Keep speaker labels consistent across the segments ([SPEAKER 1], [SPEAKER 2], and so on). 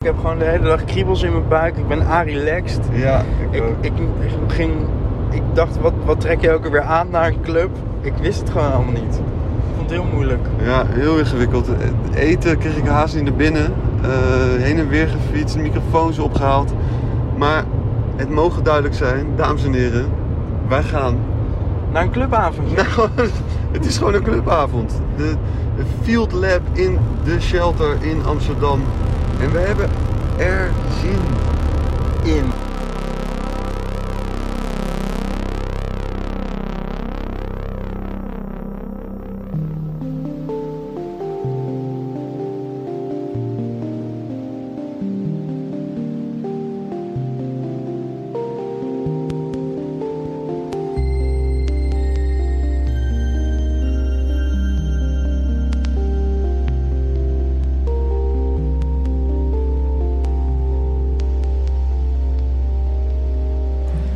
[SPEAKER 1] Ik heb gewoon de hele dag kriebels in mijn buik. Ik ben a-relaxed.
[SPEAKER 2] Ja, ik,
[SPEAKER 1] Ik,
[SPEAKER 2] ook.
[SPEAKER 1] ik, ging, ik dacht, wat, wat trek je ook alweer aan naar een club? Ik wist het gewoon allemaal niet. Ik vond het heel moeilijk.
[SPEAKER 2] Ja, heel ingewikkeld. Eten kreeg ik haast niet naar binnen. Eh, heen en weer gefietst, microfoons opgehaald. Maar het mogen duidelijk zijn, dames en heren, wij gaan.
[SPEAKER 1] Naar een clubavond.
[SPEAKER 2] Nou, het is gewoon een clubavond. De, de Field Lab in de shelter in Amsterdam. En we hebben er zin
[SPEAKER 1] in.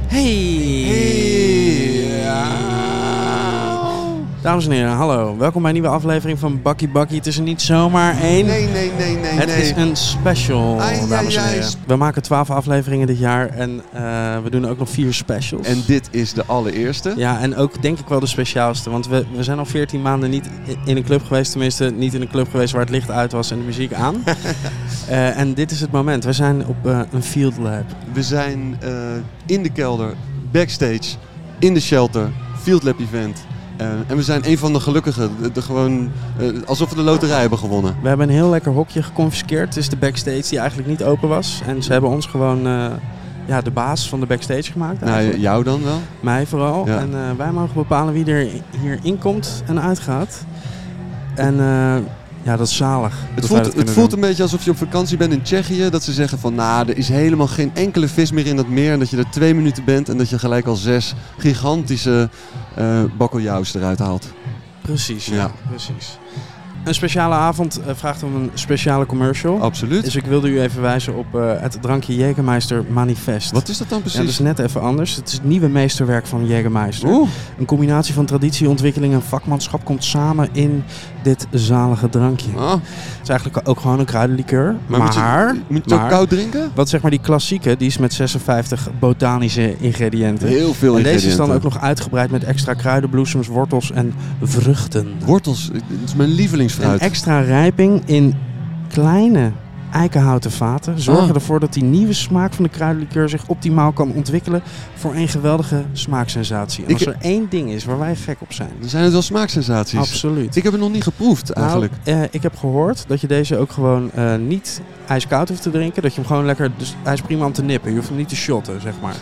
[SPEAKER 3] Hey. Dames en heren, hallo. Welkom bij een nieuwe aflevering van Bakkie Bakkie. Het is er niet zomaar één.
[SPEAKER 2] Nee, nee, nee, nee,
[SPEAKER 3] het
[SPEAKER 2] nee.
[SPEAKER 3] is een special,
[SPEAKER 2] Ai, ai,
[SPEAKER 3] dames en
[SPEAKER 2] ai.
[SPEAKER 3] heren. We maken twaalf afleveringen dit jaar en eh, we doen ook nog vier specials.
[SPEAKER 2] En dit is de allereerste.
[SPEAKER 3] ja, en ook denk ik wel de speciaalste. Want we, we zijn al 14 maanden niet in een club geweest. Tenminste, niet in een club geweest waar het licht uit was en de muziek aan. Eh, en dit is het moment. We zijn op eh, een field lab.
[SPEAKER 2] We zijn eh, in de kelder, backstage, in de shelter, Field Lab Event. Eh, en we zijn een van de gelukkigen. De, de gewoon, eh, alsof we de loterij hebben gewonnen.
[SPEAKER 3] We hebben een heel lekker hokje geconfiskeerd. Het is de backstage die eigenlijk niet open was. En ze hebben ons gewoon eh, ja, de baas van de backstage gemaakt.
[SPEAKER 2] Nou,
[SPEAKER 3] eigenlijk.
[SPEAKER 2] jou dan wel?
[SPEAKER 3] Mij vooral.
[SPEAKER 2] Ja.
[SPEAKER 3] En eh, wij mogen bepalen wie er hier inkomt en uitgaat. En eh, ja, dat is zalig.
[SPEAKER 2] Het voelt, het voelt een beetje alsof je op vakantie bent in Tsjechië. Dat ze zeggen van, nou, er is helemaal geen enkele vis meer in dat meer. En dat je er twee minuten bent en dat je gelijk al zes gigantische eh bakkeljaus eruit haalt.
[SPEAKER 3] Precies, ja.
[SPEAKER 2] Ja.
[SPEAKER 3] precies. Een speciale avond eh, vraagt om een speciale commercial.
[SPEAKER 2] Absoluut.
[SPEAKER 3] Dus ik wilde u even wijzen op eh, het drankje Jägermeister Manifest.
[SPEAKER 2] Wat is dat dan
[SPEAKER 3] Ja, dat is
[SPEAKER 2] precies?
[SPEAKER 3] net even anders. Het is het nieuwe meesterwerk van Jägermeister.
[SPEAKER 2] Oeh,
[SPEAKER 3] Een combinatie van traditie, ontwikkeling en vakmanschap komt samen in dit zalige drankje.
[SPEAKER 2] Ah,
[SPEAKER 3] Het is eigenlijk ook gewoon een kruidenlikeur. Maar,
[SPEAKER 2] maar, moet je, moet je het ook
[SPEAKER 3] maar-
[SPEAKER 2] koud drinken?
[SPEAKER 3] wat zeg maar die klassieke, die is met 56 botanische ingrediënten.
[SPEAKER 2] Heel veel
[SPEAKER 3] en
[SPEAKER 2] ingrediënten.
[SPEAKER 3] deze is dan ook nog uitgebreid met extra kruidenbloesems, wortels en vruchten.
[SPEAKER 2] Wortels, het is mijn
[SPEAKER 3] Een
[SPEAKER 2] lievelingsfruit.
[SPEAKER 3] extra rijping in kleine eikenhouten vaten zorgen
[SPEAKER 2] Ah.
[SPEAKER 3] ervoor dat die nieuwe smaak van de kruidenlikeur zich optimaal kan ontwikkelen voor een geweldige smaaksensatie. En
[SPEAKER 2] Ik-
[SPEAKER 3] als er één ding is waar wij gek op zijn,
[SPEAKER 2] Dan zijn het wel smaaksensaties.
[SPEAKER 3] absoluut.
[SPEAKER 2] Ik heb het nog niet geproefd eigenlijk.
[SPEAKER 3] Nou, eh, ik heb gehoord dat je deze ook gewoon eh, niet ijskoud hoeft te drinken. Dat je hem gewoon lekker... Dus hij is prima om te nippen. Je hoeft hem niet te shotten, zeg maar.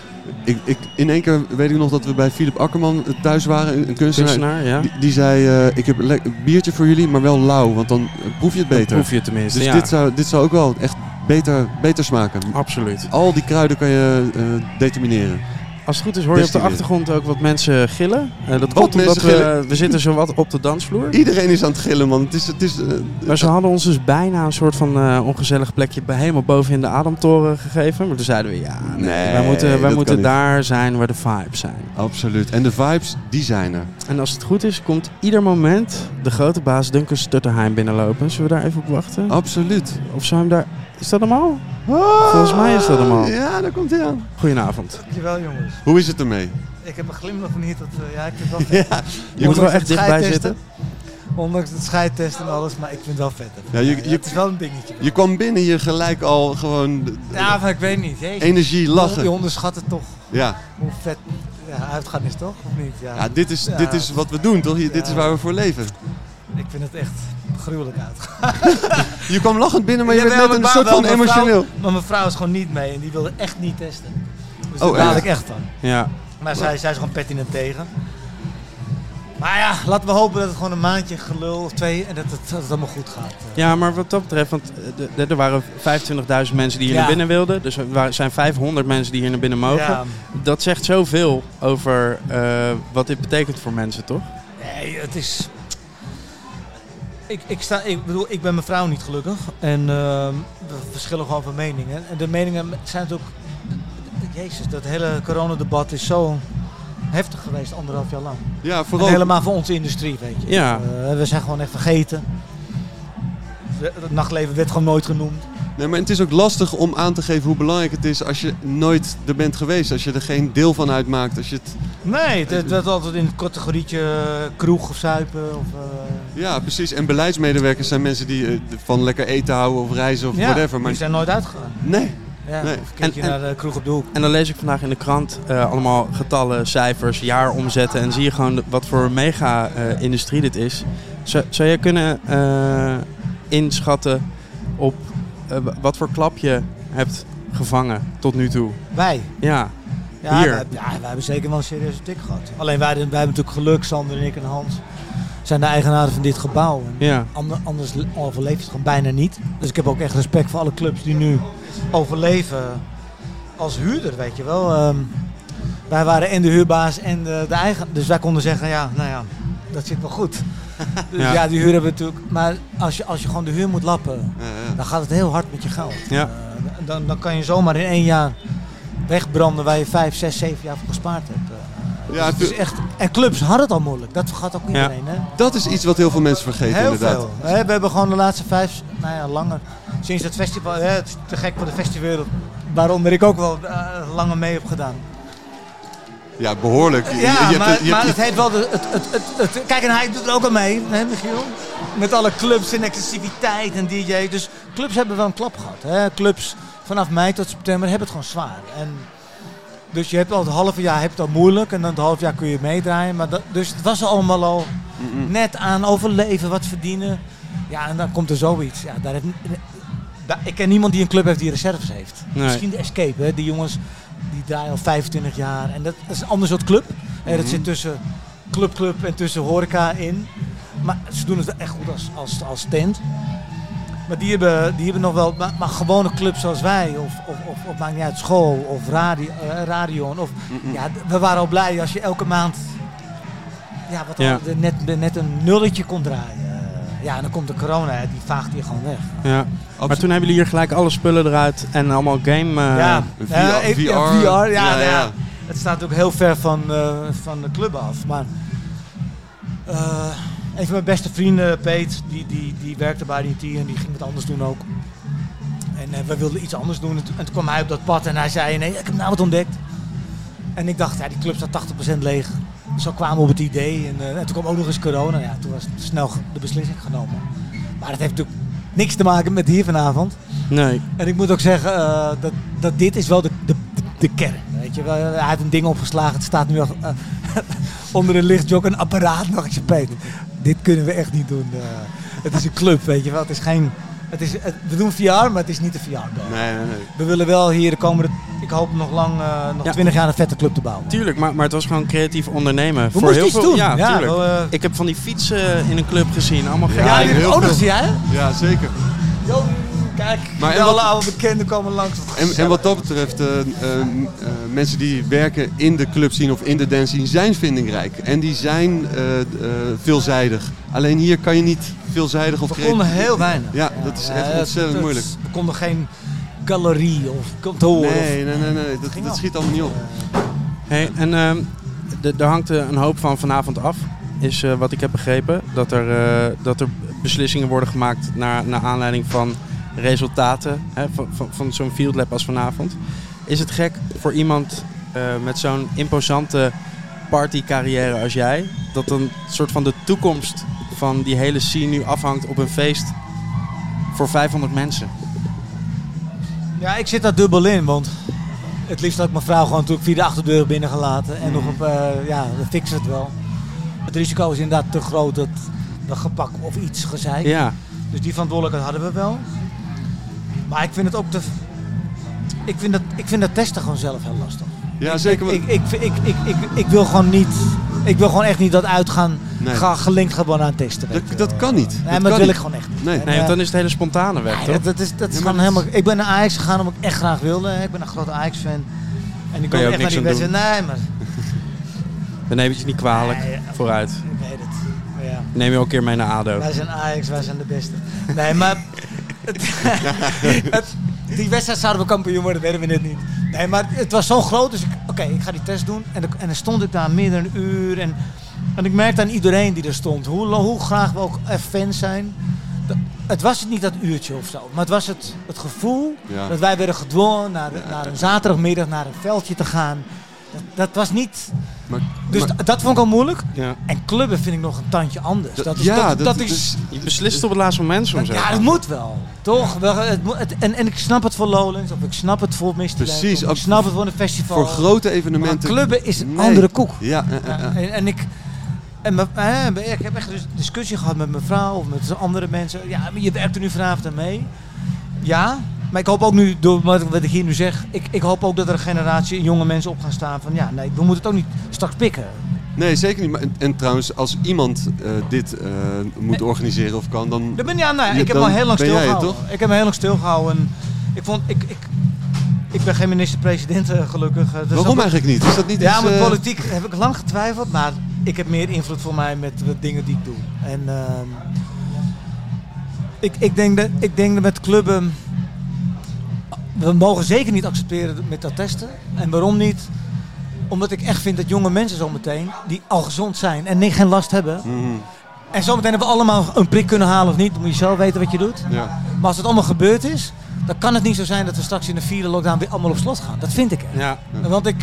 [SPEAKER 2] Ik, ik, in één keer weet ik nog dat we bij Philip Akkerman eh, thuis waren, een- een kunstenaar.
[SPEAKER 3] Kunstenaar, ja.
[SPEAKER 2] Die, die zei, eh, ik heb le- een biertje voor jullie, maar wel lauw, want dan eh, proef je het beter.
[SPEAKER 3] Dat proef je tenminste,
[SPEAKER 2] dus
[SPEAKER 3] ja.
[SPEAKER 2] dit, zou, dit zou ook wel echt beter, beter smaken.
[SPEAKER 3] Absoluut.
[SPEAKER 2] Al die kruiden kan je eh, determineren.
[SPEAKER 3] Als het goed is hoor je op de
[SPEAKER 2] Destiny.
[SPEAKER 3] achtergrond ook wat mensen gillen. Eh, dat
[SPEAKER 2] Wat
[SPEAKER 3] komt omdat
[SPEAKER 2] mensen
[SPEAKER 3] we,
[SPEAKER 2] gillen?
[SPEAKER 3] we zitten zowat op de dansvloer.
[SPEAKER 2] Iedereen is aan het gillen, man. Het is, het is, eh,
[SPEAKER 3] Maar ze hadden ons dus bijna een soort van eh, ongezellig plekje bij- helemaal boven in de Adamtoren gegeven. Maar toen zeiden we, ja, nee,
[SPEAKER 2] Nee,
[SPEAKER 3] wij moeten,
[SPEAKER 2] dat
[SPEAKER 3] wij
[SPEAKER 2] kan
[SPEAKER 3] moeten
[SPEAKER 2] niet.
[SPEAKER 3] daar zijn waar de vibes zijn.
[SPEAKER 2] absoluut. En de vibes, die zijn er.
[SPEAKER 3] En als het goed is, komt ieder moment de grote baas Duncan Stutterheim binnenlopen. Zullen we daar even op wachten?
[SPEAKER 2] Absoluut. Ah!
[SPEAKER 3] Of zou hem daar... Is dat hem al? Volgens mij is dat hem al.
[SPEAKER 2] Ja, daar komt hij aan.
[SPEAKER 3] Goedenavond.
[SPEAKER 4] Dankjewel jongens.
[SPEAKER 2] Hoe is het ermee?
[SPEAKER 4] Ik heb een glimlach van hier tot... eh, ja, ik vind het wel vet.
[SPEAKER 2] Ja,
[SPEAKER 3] Je moet wel
[SPEAKER 4] Ondanks
[SPEAKER 3] echt
[SPEAKER 4] het
[SPEAKER 3] dichtbij
[SPEAKER 4] scheidtesten-
[SPEAKER 3] zitten.
[SPEAKER 4] Ondanks het scheidtest en alles, maar ik vind het wel vet.
[SPEAKER 2] Ja, je- je-
[SPEAKER 4] het is wel een dingetje.
[SPEAKER 2] je kwam binnen hier gelijk al gewoon de- de
[SPEAKER 4] ja, maar ik weet niet. Jezus.
[SPEAKER 2] energie,
[SPEAKER 4] Je
[SPEAKER 2] lachen.
[SPEAKER 4] onderschat het toch
[SPEAKER 2] Ja.
[SPEAKER 4] hoe vet ja, uitgaan is, toch? Of niet? Ja.
[SPEAKER 2] Ja, dit is,
[SPEAKER 4] Ja.
[SPEAKER 2] dit is wat we doen, toch? Hier- Dit is
[SPEAKER 4] Ja.
[SPEAKER 2] waar we voor leven.
[SPEAKER 4] Ik vind het echt gruwelijk uitgaan.
[SPEAKER 2] Je kwam lachend binnen, maar je
[SPEAKER 4] Ja,
[SPEAKER 2] werd
[SPEAKER 4] wel,
[SPEAKER 2] net een
[SPEAKER 4] maar
[SPEAKER 2] soort
[SPEAKER 4] wel,
[SPEAKER 2] van
[SPEAKER 4] mijn vrouw-
[SPEAKER 2] emotioneel.
[SPEAKER 4] Maar mijn vrouw is gewoon niet mee en die wilde echt niet testen. Dus
[SPEAKER 2] Oh,
[SPEAKER 4] daar baal
[SPEAKER 2] echt?
[SPEAKER 4] ik echt van.
[SPEAKER 3] Ja,
[SPEAKER 4] Maar zij, zij is gewoon pertinent tegen. Maar ja, laten we hopen dat het gewoon een maandje gelul of twee en dat het, dat het allemaal goed gaat.
[SPEAKER 3] ja maar wat dat betreft, want eh, de- de- er waren 25.000 mensen die hier
[SPEAKER 4] Ja.
[SPEAKER 3] naar binnen wilden. Dus er wa- zijn 500 mensen die hier naar binnen mogen.
[SPEAKER 4] Ja,
[SPEAKER 3] Dat zegt zoveel over eh, wat dit betekent voor mensen, toch?
[SPEAKER 4] Nee, het is. Ik, ik, sta, ik bedoel, ik ben mijn vrouw niet gelukkig. En ehm, we verschillen gewoon van meningen. En de meningen zijn natuurlijk. Jezus, dat hele coronadebat is zo heftig geweest anderhalf jaar lang.
[SPEAKER 2] Ja,
[SPEAKER 4] En
[SPEAKER 2] vooral.
[SPEAKER 4] helemaal voor onze industrie, weet je.
[SPEAKER 3] Ja.
[SPEAKER 4] Eh, we zijn gewoon echt vergeten. We- Het nachtleven werd gewoon nooit genoemd.
[SPEAKER 2] Nee, maar het is ook lastig om aan te geven hoe belangrijk het is als je nooit er bent geweest. Als je er geen deel van uitmaakt. Als je het...
[SPEAKER 4] Nee, het, het werd altijd in het categorietje eh, kroeg of zuipen. Of, eh,
[SPEAKER 2] Ja, precies. En beleidsmedewerkers zijn mensen die eh, van lekker eten houden of reizen of
[SPEAKER 4] ja,
[SPEAKER 2] whatever. Maar
[SPEAKER 4] die zijn nooit uitgegaan.
[SPEAKER 2] nee,
[SPEAKER 4] Ja,
[SPEAKER 2] Nee.
[SPEAKER 4] Of een keertje
[SPEAKER 3] En- en-
[SPEAKER 4] naar de kroeg op de hoek.
[SPEAKER 3] En dan lees ik vandaag in de krant eh, allemaal getallen, cijfers, jaaromzetten. En zie je gewoon de- wat voor een mega-industrie dit is. Zou, zou jij kunnen eh, inschatten op eh, wa- wat voor klap je hebt gevangen tot nu toe?
[SPEAKER 4] Wij.
[SPEAKER 3] Ja,
[SPEAKER 4] Ja,
[SPEAKER 3] Hier.
[SPEAKER 4] Wij, ja, wij hebben zeker wel een serieuze tik gehad. Alleen wij, wij hebben natuurlijk geluk, Sander en ik en Hans, zijn de eigenaren van dit gebouw. En
[SPEAKER 3] ja.
[SPEAKER 4] ander- anders le- overleef je het gewoon bijna niet. Dus ik heb ook echt respect voor alle clubs die nu overleven als huurder, weet je wel. Ehm, wij waren en de huurbaas en de, de eigen. Dus wij konden zeggen, ja, nou ja, dat zit wel goed. Dus
[SPEAKER 3] Ja.
[SPEAKER 4] ja, die huur hebben we natuurlijk. Maar als je, als je gewoon de huur moet lappen, dan gaat het heel hard met je geld.
[SPEAKER 3] Ja.
[SPEAKER 4] Eh, dan, dan kan je zomaar in één jaar wegbranden waar je vijf, zes, zeven jaar voor gespaard hebt. Eh,
[SPEAKER 2] Ja,
[SPEAKER 4] dus het is echt, en clubs hadden het al moeilijk. Dat gaat ook iedereen. Hè?
[SPEAKER 2] dat is iets wat heel veel mensen vergeten
[SPEAKER 4] Heel
[SPEAKER 2] inderdaad.
[SPEAKER 4] veel. Hè, we hebben gewoon de laatste vijf, nou ja, langer. Sinds het festival, hè, het is te gek voor de festivalwereld. Waaronder ik ook wel eh, langer mee heb gedaan.
[SPEAKER 2] Ja, behoorlijk. Je- je- je
[SPEAKER 4] Ja,
[SPEAKER 2] hebt-
[SPEAKER 4] maar,
[SPEAKER 2] je hebt-
[SPEAKER 4] maar het heeft wel de, het, het, het, het- Kijk, en hij doet er ook aan mee, hè, Michiel? Met alle clubs en exclusiviteit en DJ. Dus clubs hebben wel een klap gehad. Hè? Clubs vanaf mei tot september hebben het gewoon zwaar. En, dus je hebt al het halve jaar hebt het al moeilijk en dan het half jaar kun je meedraaien. Maar dat, dus het was allemaal al net aan overleven, wat verdienen. Ja, en dan komt er zoiets. Ja, daar heeft, daar- ik ken niemand die een club heeft die reserves heeft.
[SPEAKER 3] Nee.
[SPEAKER 4] Misschien de Escape, hè? die jongens die draaien al 25 jaar. En dat, dat is een ander soort club. Hè, Dat zit tussen club, club en tussen horeca in. Maar ze doen het wel echt goed als, als, als tent. Maar die hebben, die hebben nog wel, maar, maar gewone clubs zoals wij, of, of, of, of maakt niet uit, school, of radio, eh, Radion. Of, ja, d- we waren al blij als je elke maand ja, wat
[SPEAKER 3] Ja.
[SPEAKER 4] al- net, net een nulletje kon draaien. Eh, Ja, en dan komt de corona, hè, die vaagt hier gewoon weg.
[SPEAKER 3] ja. Maar toen hebben jullie hier gelijk alle spullen eruit en allemaal game... eh,
[SPEAKER 4] ja,
[SPEAKER 2] VR,
[SPEAKER 4] eh, ik- ja,
[SPEAKER 2] VR,
[SPEAKER 4] VR, ja,
[SPEAKER 2] ja,
[SPEAKER 4] nou ja.
[SPEAKER 2] ja.
[SPEAKER 4] Het staat ook heel ver van, eh, van de club af. Maar eh, een van mijn beste vrienden, Peet, die, die, die werkte bij DT en die ging het anders doen ook. En eh, we wilden iets anders doen. En toen, en toen kwam hij op dat pad en hij zei: Nee, ik heb nou wat ontdekt. En ik dacht, ja, die club staat 80% leeg. Zo kwamen we op het idee. En, eh, en toen kwam ook nog eens corona. Ja, toen was snel ge- de beslissing genomen. Maar dat heeft natuurlijk niks te maken met hier vanavond.
[SPEAKER 3] Nee,
[SPEAKER 4] En ik moet ook zeggen eh, dat, dat dit is wel de, de, de kern. Weet je, wel. hij heeft een ding opgeslagen. Het staat nu al, eh, onder een lichtjok een apparaat nog. Ik zeg, Peter, dit kunnen we echt niet doen. eh. het is een club, weet je wel. Het is geen... Het is, het- we doen VR, maar het is niet een VR-bal.
[SPEAKER 2] Nee, nee, nee.
[SPEAKER 4] We willen wel hier de komende... Ik hoop nog lang, eh, nog
[SPEAKER 3] Ja.
[SPEAKER 4] 20 jaar een vette club te bouwen.
[SPEAKER 3] tuurlijk, maar, maar het was gewoon creatief ondernemen.
[SPEAKER 4] We
[SPEAKER 3] Voor
[SPEAKER 4] moesten
[SPEAKER 3] heel
[SPEAKER 4] iets
[SPEAKER 3] veel,
[SPEAKER 4] doen.
[SPEAKER 3] Ja, tuurlijk.
[SPEAKER 4] wel, eh,
[SPEAKER 3] Ik heb van die fietsen in een club gezien, allemaal
[SPEAKER 2] Ja,
[SPEAKER 3] gekke
[SPEAKER 4] ja,
[SPEAKER 2] ik
[SPEAKER 4] dit-
[SPEAKER 2] heel
[SPEAKER 4] oh,
[SPEAKER 2] veel.
[SPEAKER 4] dat zie jij? hè?
[SPEAKER 2] Ja, zeker.
[SPEAKER 4] Yo, kijk,
[SPEAKER 2] Maar
[SPEAKER 4] de
[SPEAKER 2] en wat-
[SPEAKER 4] alle oude bekenden komen langs.
[SPEAKER 2] En, en wat dat betreft, eh, eh, eh, mensen die werken in de club zien of in de dance scene zijn vindingrijk. En die zijn eh, eh, veelzijdig. Alleen hier kan je niet veelzijdig of
[SPEAKER 4] We konden
[SPEAKER 2] creatief-
[SPEAKER 4] heel weinig.
[SPEAKER 2] Ja, dat is echt
[SPEAKER 4] dat-
[SPEAKER 2] ontzettend
[SPEAKER 4] dat-
[SPEAKER 2] moeilijk.
[SPEAKER 4] We konden geen galerie of kantoor. of-
[SPEAKER 2] Nee, nee, nee, nee. Dat,
[SPEAKER 4] ging
[SPEAKER 2] dat
[SPEAKER 4] al.
[SPEAKER 2] schiet allemaal niet op.
[SPEAKER 3] Hey, en ehm, d- daar hangt eh, een hoop van vanavond af, is eh, wat ik heb begrepen. Dat er, eh, dat er beslissingen worden gemaakt naar, naar aanleiding van resultaten hè, van, van, van zo'n field lab als vanavond. Is het gek voor iemand eh, met zo'n imposante partycarrière als jij, dat dan soort van de toekomst van die hele scene nu afhangt op een feest voor 500 mensen?
[SPEAKER 4] Ja, ik zit daar dubbel in, want het liefst had ik mijn vrouw gewoon natuurlijk via de achterdeur binnengelaten. En
[SPEAKER 2] Mhm.
[SPEAKER 4] nog op, eh, ja, we fixen het wel. Het risico is inderdaad te groot dat we gepak of iets gezeik.
[SPEAKER 3] Ja,
[SPEAKER 4] Dus die verantwoordelijkheid hadden we wel. Maar ik vind het ook te... Ik vind dat, ik vind dat testen gewoon zelf heel lastig.
[SPEAKER 2] Ja, zeker.
[SPEAKER 4] Ik, ik, ik, ik, ik, ik, ik wil gewoon niet... Ik wil gewoon echt niet dat uitgaan
[SPEAKER 2] Nee.
[SPEAKER 4] ga, gelinkt gewoon aan testen. weet
[SPEAKER 2] Dat-
[SPEAKER 4] je
[SPEAKER 2] dat
[SPEAKER 4] wel.
[SPEAKER 2] kan niet.
[SPEAKER 4] Nee,
[SPEAKER 2] Dat
[SPEAKER 4] maar
[SPEAKER 2] kan
[SPEAKER 4] dat wil
[SPEAKER 2] niet.
[SPEAKER 4] ik gewoon echt niet.
[SPEAKER 2] Nee.
[SPEAKER 4] En,
[SPEAKER 3] nee, want
[SPEAKER 4] eh,
[SPEAKER 3] dan is het hele spontane weg,
[SPEAKER 4] ja,
[SPEAKER 3] toch?
[SPEAKER 4] dat, dat is, dat is
[SPEAKER 2] Ja, maar
[SPEAKER 4] gewoon
[SPEAKER 2] dat
[SPEAKER 4] helemaal... Ik ben naar Ajax gegaan omdat ik echt graag wilde. hè. Ik ben een grote Ajax-fan. En ik
[SPEAKER 3] Kan je
[SPEAKER 4] wilde
[SPEAKER 3] ook
[SPEAKER 4] echt naar die
[SPEAKER 3] niks aan
[SPEAKER 4] wedstrijd. Nee, maar
[SPEAKER 3] Dan neem je het je niet kwalijk
[SPEAKER 4] Nee, ja.
[SPEAKER 3] vooruit.
[SPEAKER 4] ik weet het. Maar ja,
[SPEAKER 3] Neem je ook een keer mee naar
[SPEAKER 2] Nou.
[SPEAKER 3] ADO.
[SPEAKER 4] wij zijn Ajax, wij zijn de beste. Nee, maar... het- het- die wedstrijd zouden we kampioen worden, werden we net niet. Nee, maar het was zo groot. Dus ik- oké, ik ga die test doen. En, dan- en dan stond ik daar meer dan een uur. En, en ik merkte aan iedereen die er stond, hoe, lo- hoe graag we ook eh, fans zijn... dat- het was het niet dat uurtje of zo, maar het was het, het gevoel
[SPEAKER 2] Ja.
[SPEAKER 4] dat wij werden gedwongen naar,
[SPEAKER 2] Ja.
[SPEAKER 4] naar een zaterdagmiddag naar een veldje te gaan. Dat, dat was niet.
[SPEAKER 2] Maar,
[SPEAKER 4] Dus
[SPEAKER 2] maar-
[SPEAKER 4] d- dat vond ik al moeilijk.
[SPEAKER 3] Ja.
[SPEAKER 4] En clubben vind ik nog een tandje anders. Dat is,
[SPEAKER 2] ja,
[SPEAKER 4] dat, dat is,
[SPEAKER 3] Je beslist het op het laatste moment soms.
[SPEAKER 4] ja,
[SPEAKER 3] ook.
[SPEAKER 4] dat moet wel. Toch? Wel, het moet- het- en, en ik snap het voor Lowlands, of ik snap het voor Misty Lane,
[SPEAKER 2] Precies,
[SPEAKER 4] of
[SPEAKER 2] ook
[SPEAKER 4] Ik snap het voor een festival.
[SPEAKER 2] voor grote
[SPEAKER 4] maar
[SPEAKER 2] evenementen.
[SPEAKER 4] clubben is een
[SPEAKER 2] Nee.
[SPEAKER 4] andere koek.
[SPEAKER 2] Ja, eh, eh,
[SPEAKER 4] Ja,
[SPEAKER 2] eh.
[SPEAKER 4] en, en ik. En me- eh, ik heb echt dus discussie gehad met mijn vrouw of met andere mensen. Ja, maar je werkt er nu vanavond aan mee. Ja, maar ik hoop ook nu, door wat, wat ik hier nu zeg, ik, ik hoop ook dat er een generatie jonge mensen op gaan staan van ja, nee, we moeten het ook niet straks pikken.
[SPEAKER 2] nee, zeker niet. Maar, en, en trouwens, als iemand eh, dit eh, moet organiseren of kan, dan...
[SPEAKER 4] Dan ben, ja, nou, ja,
[SPEAKER 2] Ja,
[SPEAKER 4] ik heb
[SPEAKER 2] dan
[SPEAKER 4] me al heel lang
[SPEAKER 2] ben jij het,
[SPEAKER 4] stilgehouden. Ik heb me heel lang stilgehouden. en Ik, vond, ik, ik, ik ben geen minister-president eh, gelukkig. eh, dus dat-
[SPEAKER 2] Waarom eigenlijk niet? Is dat niet
[SPEAKER 4] Ja,
[SPEAKER 2] iets,
[SPEAKER 4] met
[SPEAKER 2] eh,
[SPEAKER 4] politiek heb ik lang getwijfeld, maar ik heb meer invloed voor mij met de dingen die ik doe. En ehm, ik, ik, denk dat, ik denk dat met clubben. We mogen zeker niet accepteren met dat testen. En waarom niet? Omdat ik echt vind dat jonge mensen zometeen, die al gezond zijn en ni- geen last hebben.
[SPEAKER 2] Mhm,
[SPEAKER 4] En zometeen hebben we allemaal een prik kunnen halen of niet. Dan moet je zelf weten wat je doet.
[SPEAKER 2] ja.
[SPEAKER 4] Maar als het allemaal gebeurd is, dan kan het niet zo zijn dat we straks in de vierde lockdown weer allemaal op slot gaan. Dat vind ik echt.
[SPEAKER 3] Ja.
[SPEAKER 4] Want ik.